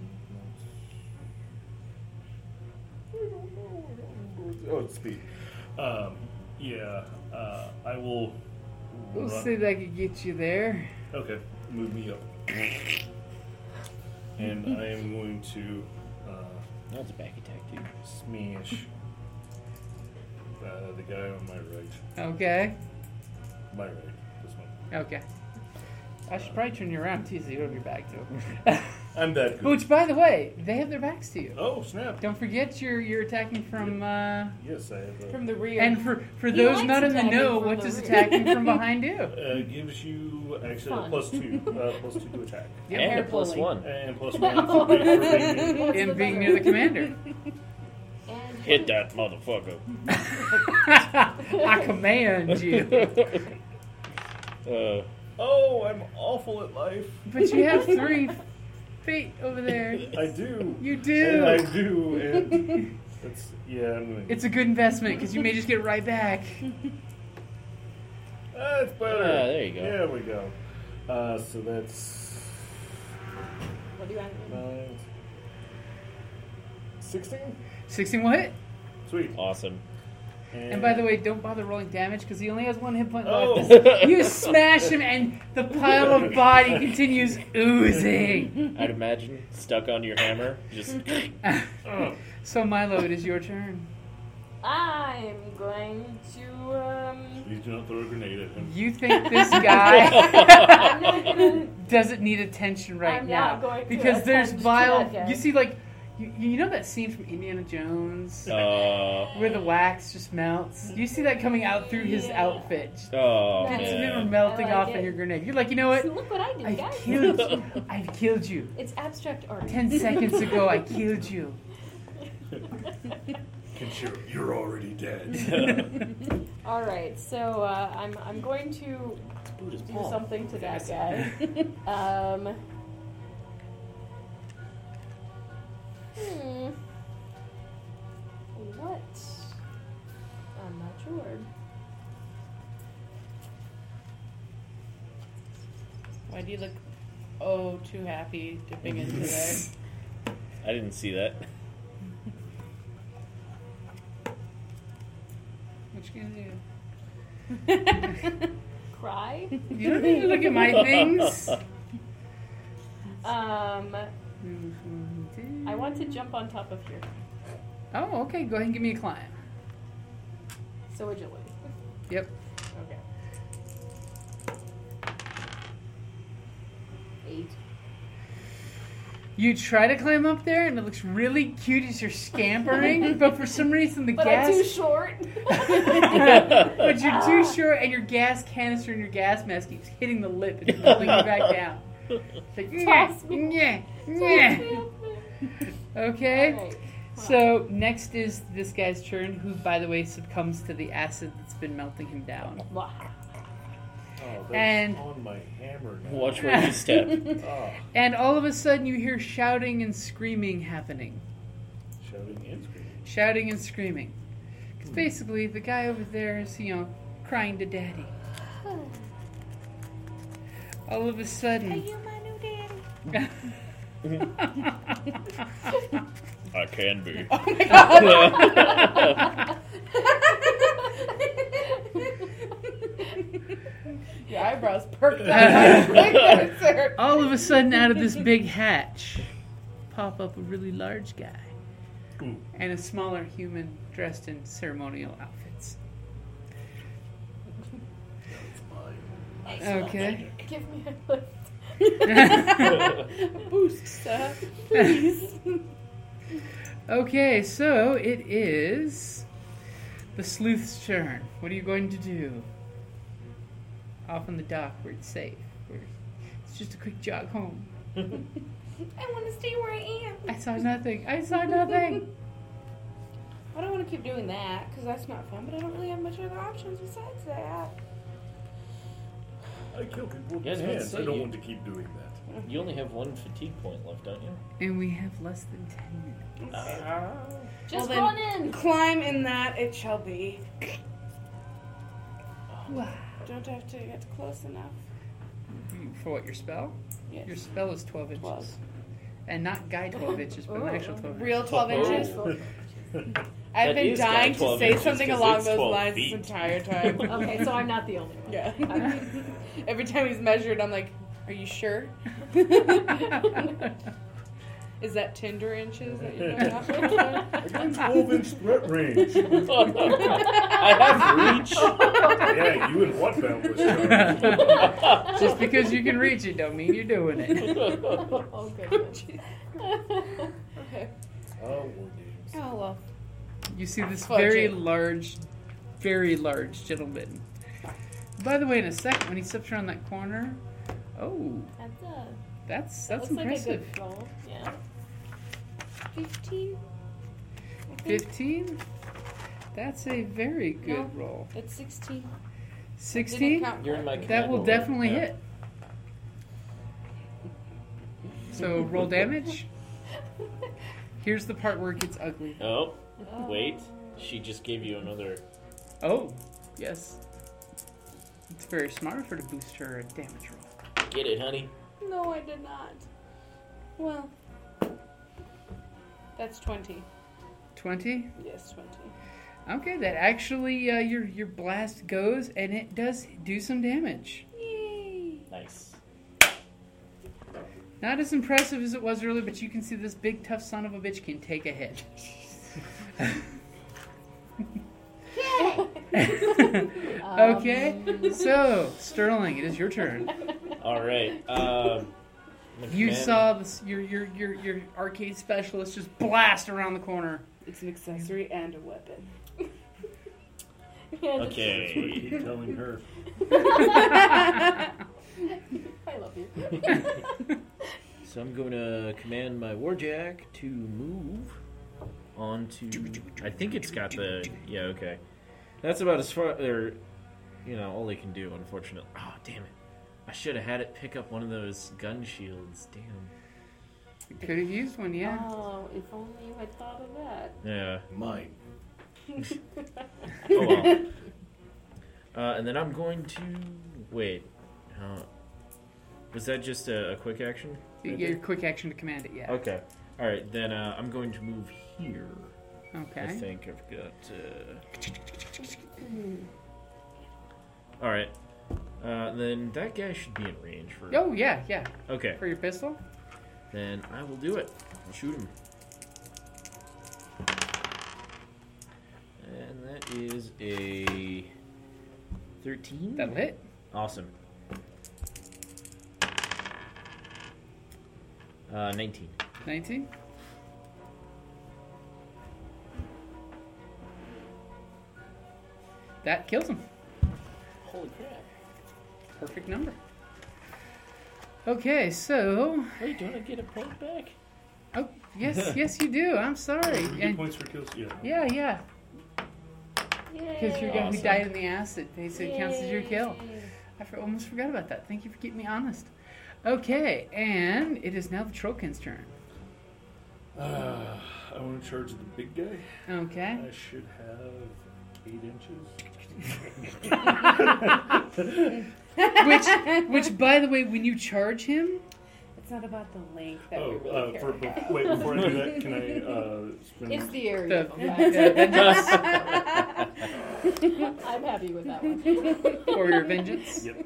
D: notes? Oh, it's speed. Um, yeah, uh, I will.
B: We'll
D: run-
B: see if I can get you there.
D: Okay, move me up. and I am going to uh,
E: That's a back attack, dude.
D: smash uh, the guy on my right.
B: Okay.
D: My right, this one.
B: Okay. I should probably turn you around too, so you don't have your back to 'em.
D: I'm that good.
B: Which, by the way, they have their backs to you.
D: Oh, snap.
B: Don't forget you're you're attacking from. Uh,
D: Yes, I have a.
I: From the rear.
B: and for for
C: He
B: those
C: likes
B: not in the
C: attacking
B: know,
C: from
B: what
C: the
B: does
C: rear.
B: attacking from behind do?
D: Uh, gives you actually a
C: Fun.
D: plus two, uh, plus two to attack,
E: And a
C: Hair
E: plus
C: pulling.
E: one.
D: and plus one for being-
C: What's
B: In
C: the
B: being
C: better?
B: near the commander.
C: And
E: Hit that motherfucker.
B: I command you.
E: Uh,
D: Oh, I'm awful at life.
B: But you have three feet over there.
D: I do.
B: You
D: And I
B: do.
D: do, and that's yeah. I'm gonna.
B: It's a good investment because you may just get it right back.
D: That's better.
E: Yeah, there you go.
D: There we go. Uh, so that's
C: What do you want?
D: nine, sixteen.
B: 16 will hit.
D: Sweet.
E: awesome.
B: And by the way, don't bother rolling damage because he only has one hit point
D: Oh.
B: left. You smash him, and the pile of body continues oozing.
E: I'd imagine stuck on your hammer. Just
D: oh.
B: So Milo, it is your turn.
C: I'm going to. Um,
D: Please do not throw a grenade at him.
B: You think this guy
C: I'm not gonna.
B: doesn't need attention right
C: I'm
B: now
C: not going to
B: because there's
C: attend to
B: vile.
C: that guy.
B: You see, like you, you know that scene from Indiana Jones
E: uh,
B: where the wax just melts. You see that coming out through his
C: Yeah.
B: outfit.
E: oh
C: That's
B: It's never
E: man.
B: melting
C: I like
B: off in
C: it.
B: your grenade. You're like, you know what?
C: See, look what I did,
B: I
C: guys.
B: killed you. I killed you.
C: It's abstract art.
B: Ten seconds ago, I killed you.
D: Kinshiro, you're already dead.
C: All right, so uh, I'm I'm going to
E: Buddha's
C: do
E: palm.
C: something to that guy. um. Hmm. What? I'm not sure.
I: Why do you look oh too happy dipping into there?
E: I didn't see that.
B: What you gonna do?
C: Cry.
B: You don't need to look at my things.
C: Um. I want to jump on top of here.
B: Oh, okay. Go ahead and give me a climb.
C: So agility.
B: Yep.
C: Okay. Eight.
B: You try to climb up there, and it looks really cute as you're scampering, but for some reason the
C: But
B: gas.
C: I'm too short.
B: but you're too short, and your gas canister and your gas mask keeps hitting the lip and pulling you back down. It's like,
C: Toss me.
B: yeah, yeah. Okay.
C: Alright.
B: So next is this guy's turn, who, by the way, succumbs to the acid that's been melting him down.
C: Wow.
D: Oh, that's
B: And-
D: on my hammer now.
E: Watch where you step.
D: Ah,
B: And all of a sudden, you hear shouting and screaming happening.
D: shouting and screaming.
B: Shouting and screaming. Because basically, the guy over there is, you know, crying to daddy. All of a sudden.
E: I can be.
I: Your eyebrows perked up. Like that, sir.
B: all of a sudden, out of this big hatch, pop up a really large guy
D: Ooh.
B: and a smaller human dressed in ceremonial outfits. Okay.
C: Give me a lift.
I: Boost, sir.
B: okay, so it is the sleuth's turn. What are you going to do? Off on the dock where it's safe. Where it's just a quick jog home.
H: I want to stay where I am.
B: I saw nothing. I saw nothing.
H: I don't want to keep doing that because that's not fun. But I don't really have much other options besides that.
D: I kill people with
E: Yes,
D: my
E: but
D: hands.
E: say
D: I don't
E: you-
D: want to keep doing that.
E: You only have one fatigue point left, don't you?
B: and we have less than 10 minutes.
C: Just
H: Well,
C: run
H: then-
C: in.
H: Climb in that it shall be.
B: Wow.
H: Don't have to get close enough.
B: For what, your spell?
H: Yes.
B: Your spell is 12 inches.
H: Twelve.
B: And not guy 12 inches, but an actual 12 inches.
H: Real 12 inches.
E: Oh.
H: I've
E: That
H: been
E: is got
H: dying to
E: 12
H: say
E: inches,
H: something
E: 'cause
H: along
E: it's
H: those
E: 12
H: lines
E: feet.
H: this entire time.
C: Okay, so I'm not the only one.
H: yeah.
C: I-
H: Every time he's measured, I'm like, are you sure? Is that Tinder inches that you're going off of?
D: Again, 12 inch threat range.
E: I have reach.
D: yeah, you and what that was. showing.
B: Just because you can reach it don't mean you're doing it.
C: oh goodness.
H: Okay.
D: Oh, war games.
H: Oh, well.
B: You see this
H: Fudge
B: very
H: it.
B: large, very large gentleman. By the way, in a second, when he steps around that corner, oh,
C: That's a.
B: that's
C: That
B: that's
C: looks like a
B: impressive.
C: good roll. Yeah.
H: 15? I think.
B: Fifteen. That's a very
H: No.
B: good roll.
H: It's 16.
B: Sixteen.
H: count
E: You're in my
B: That will
E: command
B: definitely
E: roll. Yeah.
B: hit. So roll damage. Here's the part where it gets ugly.
E: Oh, wait. She just gave you another.
B: Oh, yes. It's very smart of her to boost her damage roll.
E: Get it, honey.
H: No, I did not. Well, that's 20.
B: 20
H: Yes, 20.
B: okay that actually uh, your your blast goes and it does do some damage
H: Yay!
E: Nice.
B: not as impressive as it was earlier but you can see this big tough son of a bitch can take a hit okay so sterling it is your turn
E: All right. Um,
B: you
E: McMahon-
B: saw this your your your, your arcade specialist just blast around the corner
H: It's an accessory and a weapon.
C: Yeah, just-
D: That's what I
E: Okay.
D: keep telling her.
C: I love you.
E: So I'm going to command my warjack to move on to. I think it's got the. Yeah, okay. That's about as far. Or, you know, all they can do, unfortunately. Oh, damn it. I should have had it pick up one of those gun shields. Damn.
B: You could have used one yeah
C: Oh, if only you had thought of that.
E: Yeah.
D: Mine.
E: Oh, well. uh, and then I'm going to. Wait. Uh, was that just a, a quick action?
B: you get your quick action to command it yeah
E: Okay. Alright, then uh, I'm going to move here. I
B: okay
E: think I've got. Uh... All right, uh, then that guy should be in range for.
B: oh yeah yeah
E: Okay,
B: for your pistol
E: then I will do it. I'll shoot him. And that is a thirteen.
B: that'll hit
E: Awesome. Uh, nineteen.
B: 19 that kills him
E: Holy crap!
B: perfect number okay so
E: Wait, don't I get a point back?
B: oh yes yes you do i'm sorry
D: Two
B: and
D: points for kills. Yeah.
B: yeah yeah because you're gonna be
E: Awesome.
B: died in the acid so it counts as your kill i for, almost forgot about that thank you for keeping me honest okay and it is now the trollkin's turn
D: Uh, I want to charge the big guy.
B: okay
D: I should have eight inches.
B: which which by the way when you charge him
H: It's not about the length that we
D: Oh,
H: really
D: uh,
H: care
D: for,
H: about.
D: wait, before I do that, can I uh,
I: Mm.
D: spend
C: It's the area.
B: the,
C: Okay.
B: uh, vengeance
C: I'm happy with that one.
B: or your vengeance
D: Yep.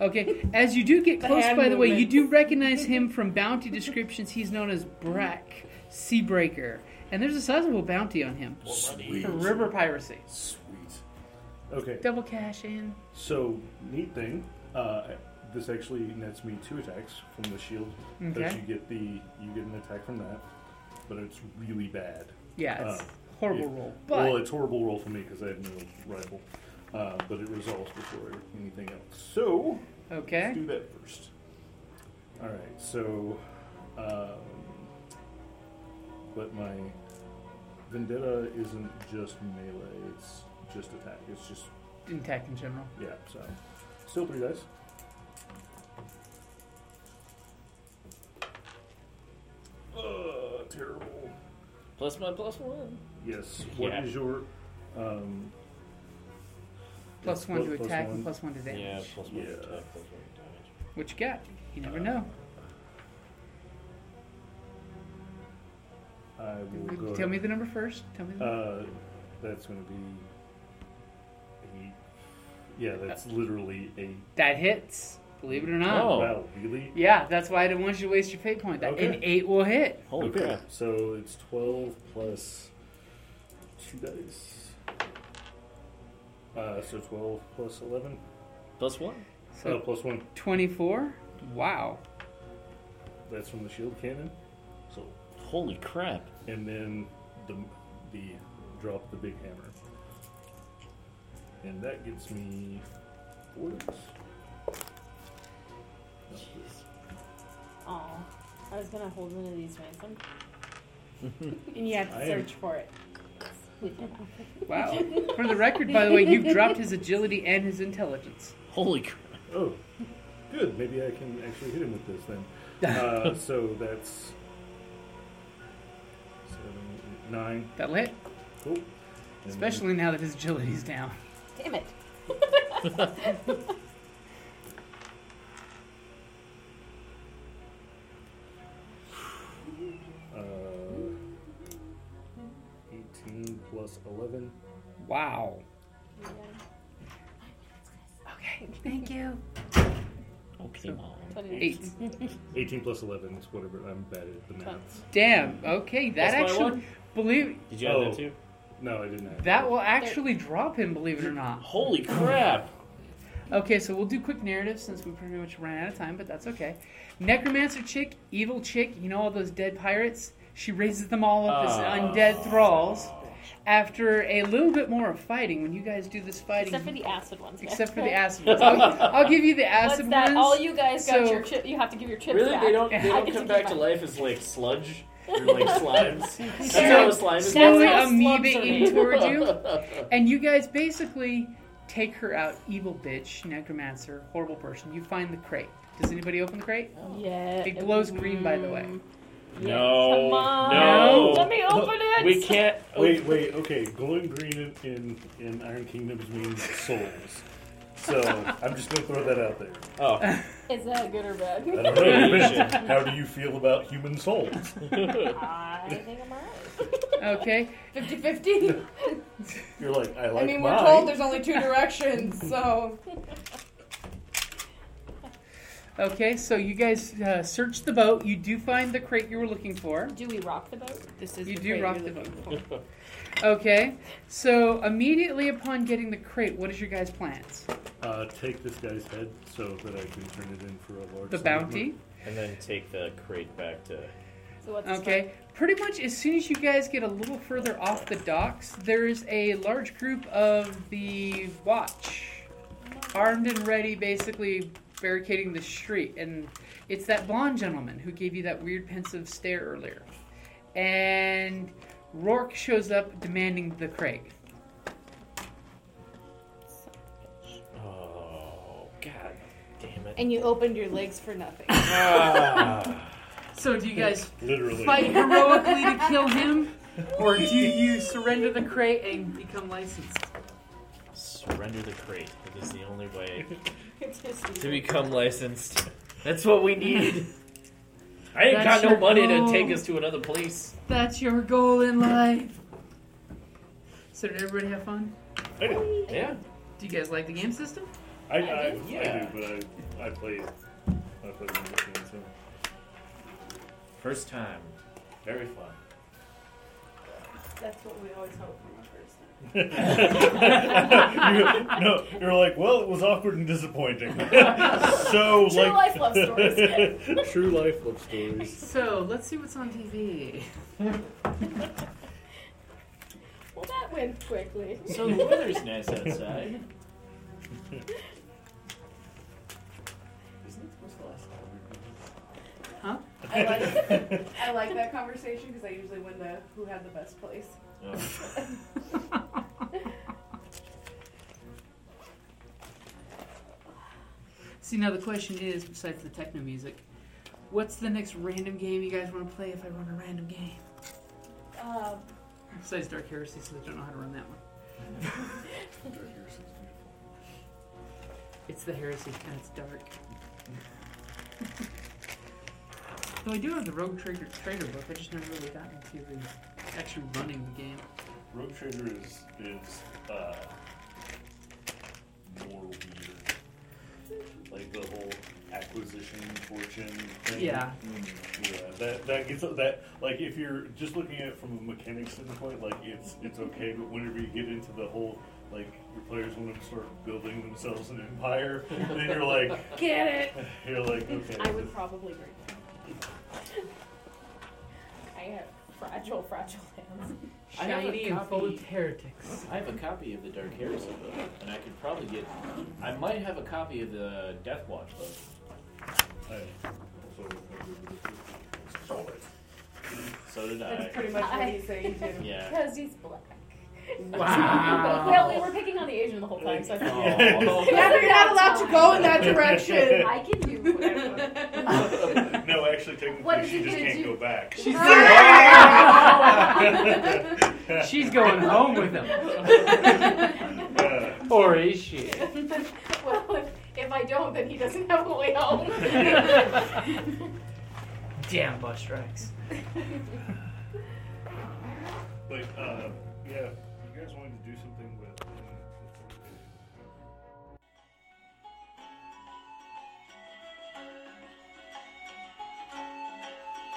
B: Okay, as you do get
H: The
B: close,
H: hand
B: by the way, you do
H: movements.
B: recognize him from bounty descriptions. He's known as Brack Seabreaker, and there's a sizable bounty on him
D: Sweet.
B: for river piracy.
D: Sweet. Okay,
B: Double cash in.
D: so neat thing. Uh, this actually nets me two attacks from the shield. That
B: Okay.
D: you get the you get an attack from that, but it's really bad.
B: Yeah, it's
D: Uh,
B: horrible
D: yeah.
B: roll,
D: well,
B: but
D: it's horrible roll for me because I have no rifle, uh, but it resolves before anything else. So
B: okay.
D: do that first. All right, so Um, but my vendetta isn't just melee; it's just attack. It's just
B: Intact in general.
D: yeah. So still three dice. Uh, terrible.
E: Plus my plus one.
D: Yes. What is
E: Yeah.
D: your um,
B: Plus
D: yeah,
B: one
D: pl-
B: to
D: plus
B: attack
D: one.
B: and plus one to damage.
E: Yeah, plus one
D: Yeah. Uh,
E: attack, plus one damage.
B: What you got? You never know.
D: I will go.
B: Tell me the number first. Tell me the
D: Uh, that's going to be eight. Yeah, that's literally eight.
B: That hits. Believe it or not.
E: Uh, Oh.
D: Wow, really?
B: Yeah, that's why I didn't want you to waste your fate point. That
D: Okay.
B: an eight will hit.
E: Holy
D: okay,
E: crap.
D: so it's twelve plus two dice. Uh, so twelve plus eleven.
E: Plus one.
D: Uh,
B: So
D: plus one.
B: twenty-four. Wow.
D: That's from the shield cannon. So
E: Holy crap.
D: and then the the drop the big hammer, and that gets me four dice. No,
C: Oh, I was gonna hold one of these ransom.
H: And you
D: I
H: have to
D: am-
H: search for it.
B: Wow. For the record, by the way, you've dropped his agility and his intelligence.
E: Holy crap.
D: Oh, good. Maybe I can actually hit him with this then. Uh, so that's seven, eight, nine.
B: That'll hit,
D: Cool. And then-
B: especially now that his agility's down.
C: Damn it.
D: uh, eighteen plus eleven.
B: Wow. Okay. Thank you.
E: Okay, mom.
B: Eight.
D: Eighteen plus eleven is whatever. I'm bad at the math.
B: Damn. Okay. That
E: Plus my
B: actually
E: one?
B: believe
E: Did you have
D: Oh.
E: that too?
D: No, I didn't. Have
B: that will actually drop him. Believe it or not.
E: Holy crap.
B: Okay, so we'll do quick narrative since we pretty much ran out of time, but that's okay. Necromancer chick, evil chick, you know all those dead pirates? She raises them all up as
E: Oh.
B: undead thralls. After a little bit more of fighting, when you guys do this fighting,
C: Except for the acid ones. yeah.
B: except for the acid ones, I'll, I'll give you the
C: What's
B: acid
C: that?
B: ones.
C: All you guys got
B: So-
C: your chip. You have to give your chips
E: Really?
C: back.
E: They don't, they
C: I
E: don't
C: get
E: come
C: to keep
E: back to
C: mine.
E: life as like sludge? Or like slimes? That's
B: Sure.
E: how a slime is
B: slowly
C: how slugs are
B: amoebaing
C: made.
B: towards you, and you guys basically take her out. Evil bitch, necromancer, horrible person. You find the crate. Does anybody open the crate?
C: Yeah.
B: It glows green, by the way.
E: No.
C: Come on.
E: No.
C: Let me open it.
E: We can't.
D: Wait, wait. Okay, glowing green in in, in Iron Kingdoms means souls. So I'm just gonna throw that out there.
E: Oh.
C: Is that good or bad?
D: I don't know.
E: You should.
D: Bishop, How do you feel about human souls?
C: I think I'm alright. Mm.
B: Okay,
H: 50 50?
D: You're like, I like
H: I mean, we're
D: mine.
H: told there's only two directions, so.
B: Okay, so you guys uh, search the boat. You do find the crate you were looking for.
C: Do we rock the boat?
I: This is
B: You
I: the
B: do
I: crate
B: rock
I: you're
B: the
I: looking
B: boat.
I: for.
B: Okay, so immediately upon getting the crate, what is your guys' plans?
D: uh, take this guy's head so that I can turn it in for a large.
B: The
D: sum of
B: bounty.
D: money.
E: And then take the crate back to.
C: So what's the story?
B: Okay, pretty much as soon as you guys get a little further off the docks, there's a large group of the watch, armed and ready, basically barricading the street. And it's that blonde gentleman who gave you that weird pensive stare earlier. And Rourke shows up demanding the crate.
E: Oh, God damn it.
H: And you opened your legs for nothing.
E: Ah.
B: So do you guys
D: Literally.
B: fight heroically to kill him, or do you surrender the crate and become licensed?
E: Surrender the crate. It is the only way to become licensed. That's what we need. I ain't
B: That's
E: got no
B: your
E: money
B: goal.
E: to take us to another place.
B: That's your goal in life. So did everybody have fun?
D: I do.
E: Yeah.
B: Do you guys like the game system?
D: I, I, I,
E: Yeah.
D: do, but I, I play. I play with this one, so.
E: First time. Very fun.
H: That's what we always hope from a first time.
D: You're- no, you're like, well, it was awkward and disappointing. so
C: True
D: like
C: life love stories.
D: true life love stories.
B: So let's see what's on TV.
C: well, that went quickly.
E: So the weather's nice outside. Isn't it supposed to last all week?
B: Huh?
E: I
C: I like, I like that conversation because I usually win the who had the best place.
B: See, now the question is, besides the techno music, what's the next random game you guys want to play if I run a random game?
C: Um,
B: Besides Dark Heresy, so I don't know how to run that one. It's the Heresy, and it's dark. Though I do have the Rogue Trader, Trader book, I just never really got into the actually running the game.
D: Rogue Trader is is uh, more weird, like the whole acquisition fortune thing. Mm,
B: Yeah.
D: yeah. That that gets that like if you're just looking at it from a mechanic standpoint, like it's it's okay. But whenever you get into the whole like your players want to start building themselves an empire, then you're like
H: Get it.
D: you're like okay.
C: I would probably drink. I have fragile, fragile hands.
E: I have a
B: Shiny and full
E: copy.
B: of heretics.
E: I have a copy of the Dark Heresy book, and I could probably get. I might have a copy of the Death Watch book.
D: I also
E: So did
H: That's
E: I.
H: pretty much what
C: I-
H: he's saying too.
E: Yeah.
C: Because he's black.
B: Wow.
C: well, we were picking on the Asian the whole time, so I thought,
E: Aw.
H: Now you're not allowed to go in that direction.
C: I can do whatever.
D: no, actually, technically,
C: What is
D: she
C: he
D: just
C: gonna
D: can't
C: do?
D: go back.
B: She's going home with him.
D: Uh,
B: Or is she?
C: well, if, if I don't, then he doesn't have a way home.
B: Damn bus strikes.
D: But uh, yeah, you guys wanted to do something with. Uh,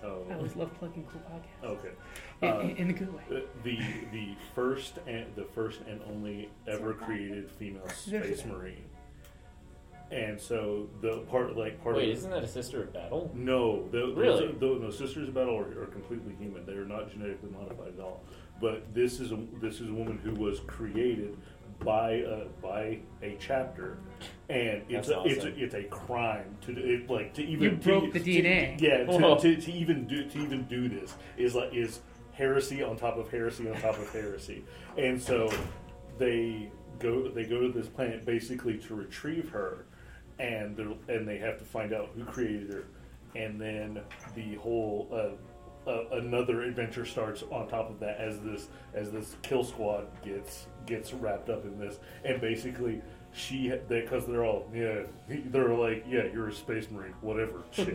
B: I
D: oh,
B: always love plugging cool podcasts.
D: okay.
B: In,
D: Uh,
B: in, in a good way.
D: The the first and the first and only ever created female space marine. And so the part like part
E: Wait,
D: of
E: isn't that a sister of battle?
D: No, the,
E: Really?
D: The, the- no, sisters of battle are, are completely human. They are not genetically modified at all. But this is a, this is a woman who was created by a, by a chapter, and it's
E: That's
D: a, it's
E: awesome.
D: a, it's a crime to do, it, like to even
B: You
D: to-
B: broke the
D: to-
B: DNA.
D: yeah,
E: Whoa.
D: to, to, to even do to even do this is like is heresy on top of heresy on top of heresy, and so they go they go to this planet basically to retrieve her, and they and they have to find out who created her, and then the whole. Uh, uh, another adventure starts on top of that as this as this kill squad gets gets wrapped up in this and basically she because they're all yeah they're like yeah you're a space marine whatever shit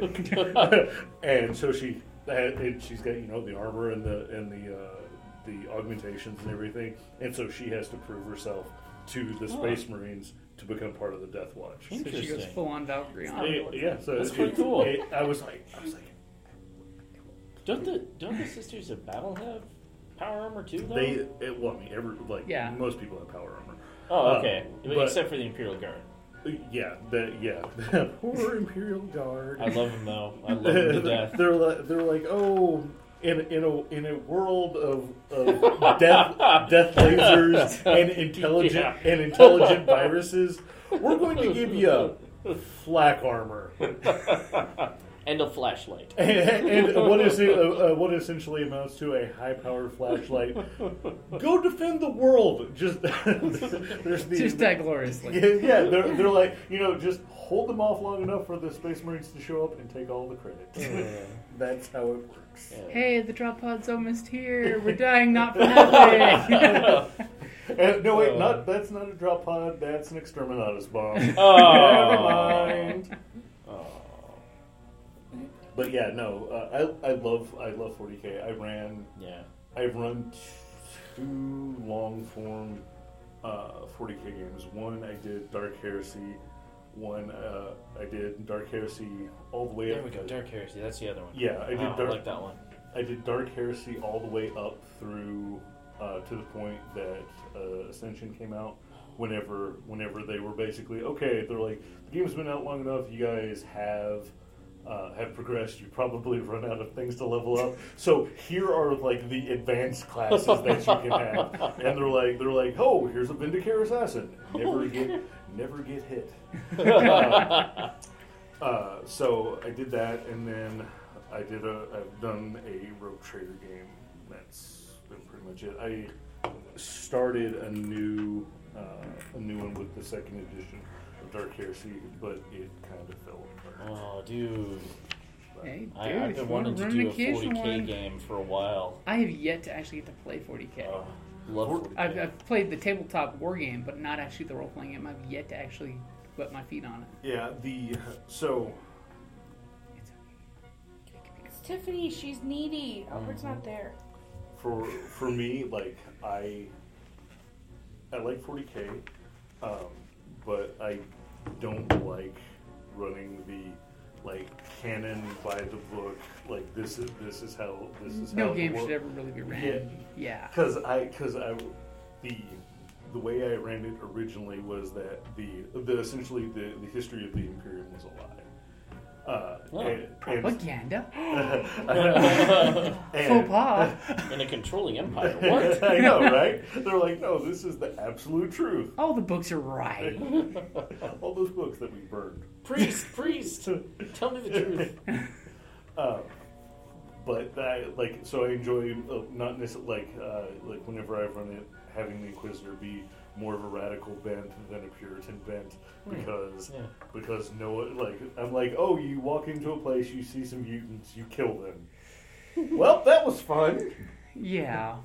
D: and so she had- and she's got you know the armor and the and the uh, the augmentations and everything and so she has to prove herself to the space marines to become part of the death watch
B: So she goes
E: Interesting.
B: full on Valkyrie on it.
D: Yeah, yeah so
E: That's
D: it-
E: pretty cool.
D: it- i was like i was like
E: Don't the don't the sisters of battle have power armor too? Though?
D: they it, well i mean every like
B: Yeah.
D: most people have power armor
E: oh, okay.
D: Um, but-
E: Except for the Imperial Guard.
D: yeah that yeah poor imperial guard
E: I love them though. I love them to death.
D: they're like, they're like, oh, in in a in a world of, of death death lasers and intelligent
E: Yeah.
D: and intelligent viruses, we're going to give you flak armor
E: And a flashlight.
D: and, and what is it, uh, uh, what essentially amounts to a high powered flashlight. Go defend the world. Just there's the
B: Just die gloriously.
D: yeah, yeah, they're, they're like, you know, just hold them off long enough for the Space Marines to show up and take all the credit. That's how it works.
B: Hey, the drop pod's almost here. We're dying not for nothing.
D: Uh, no,
E: Oh.
D: wait, not that's not a drop pod. That's an exterminatus bomb. Never
E: Oh.
D: mind. But yeah, no, uh, I, I love I love 40k. I ran
E: yeah.
D: I've run two long form uh, 40k games. One I did Dark Heresy. One uh, I did Dark Heresy all the way
E: There
D: up.
E: we go.
D: to-
E: Dark Heresy. That's the other one.
D: Yeah, I did
E: Wow, I
D: Dark-
E: like that one.
D: I did Dark Heresy all the way up through uh, to the point that uh, Ascension came out. Whenever, whenever they were basically okay, they're like, the game's been out long enough. You guys have uh, have progressed. You probably run out of things to level up. So here are like the advanced classes that you can have, and they're like, they're like, oh, here's a Vindicare assassin. Never get, never get hit. Uh, so I did that, and then I did a. I've done a rope trader game. That's been pretty much it. I started a new uh, a new one with the second edition of Dark Heresy, but it kind of fell apart.
E: Oh, dude.
B: Hey, dude,
E: I, I've
B: if you
E: been
B: wanna
E: wanting to
B: run an
E: do a
B: occasion
E: 40k
B: one-
E: game for a while.
B: I have yet to actually get to play 40k.
E: Oh, love 40k.
B: I've, I've played the tabletop war game, but not actually the role playing game. I've yet to actually put my feet on it.
D: Yeah, the so
B: It's okay.
H: It's Tiffany. She's needy. Albert's not there.
D: for for me, like I I like 40k, um, but I don't like running the like canon by the book. Like this is this is how this is how
B: No
D: it
B: game
D: works.
B: should ever really be ran.
D: Yeah.
B: yeah.
D: Because I, because I, the the way I ran it originally was that the the essentially the, the history of the Imperium was a lie. Uh,
E: Oh,
B: Propaganda?
D: and-
B: Faux pas.
E: In a controlling empire.
D: and-
E: What?
D: I know, right? They're like, no, this is the absolute truth.
B: All the books are right.
D: All those books that we burned.
E: priest, priest, tell me the truth.
D: Uh, but I like so I enjoy uh, not necessarily like uh, like whenever I run it, having the Inquisitor be more of a radical bent than a Puritan bent
B: Hmm.
D: because
E: Yeah.
D: because no one like I'm like oh you walk into a place you see some mutants you kill them. well, that was fun.
B: Yeah.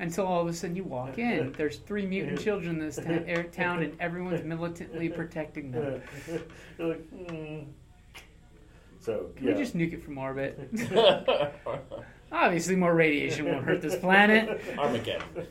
B: Until all of a sudden you walk in, there's three mutant children in this ta- air town, and everyone's militantly protecting them.
D: You're like, mm. So
B: Can
D: yeah.
B: we just nuke it from orbit? Obviously, more radiation won't hurt this planet.
E: Armageddon.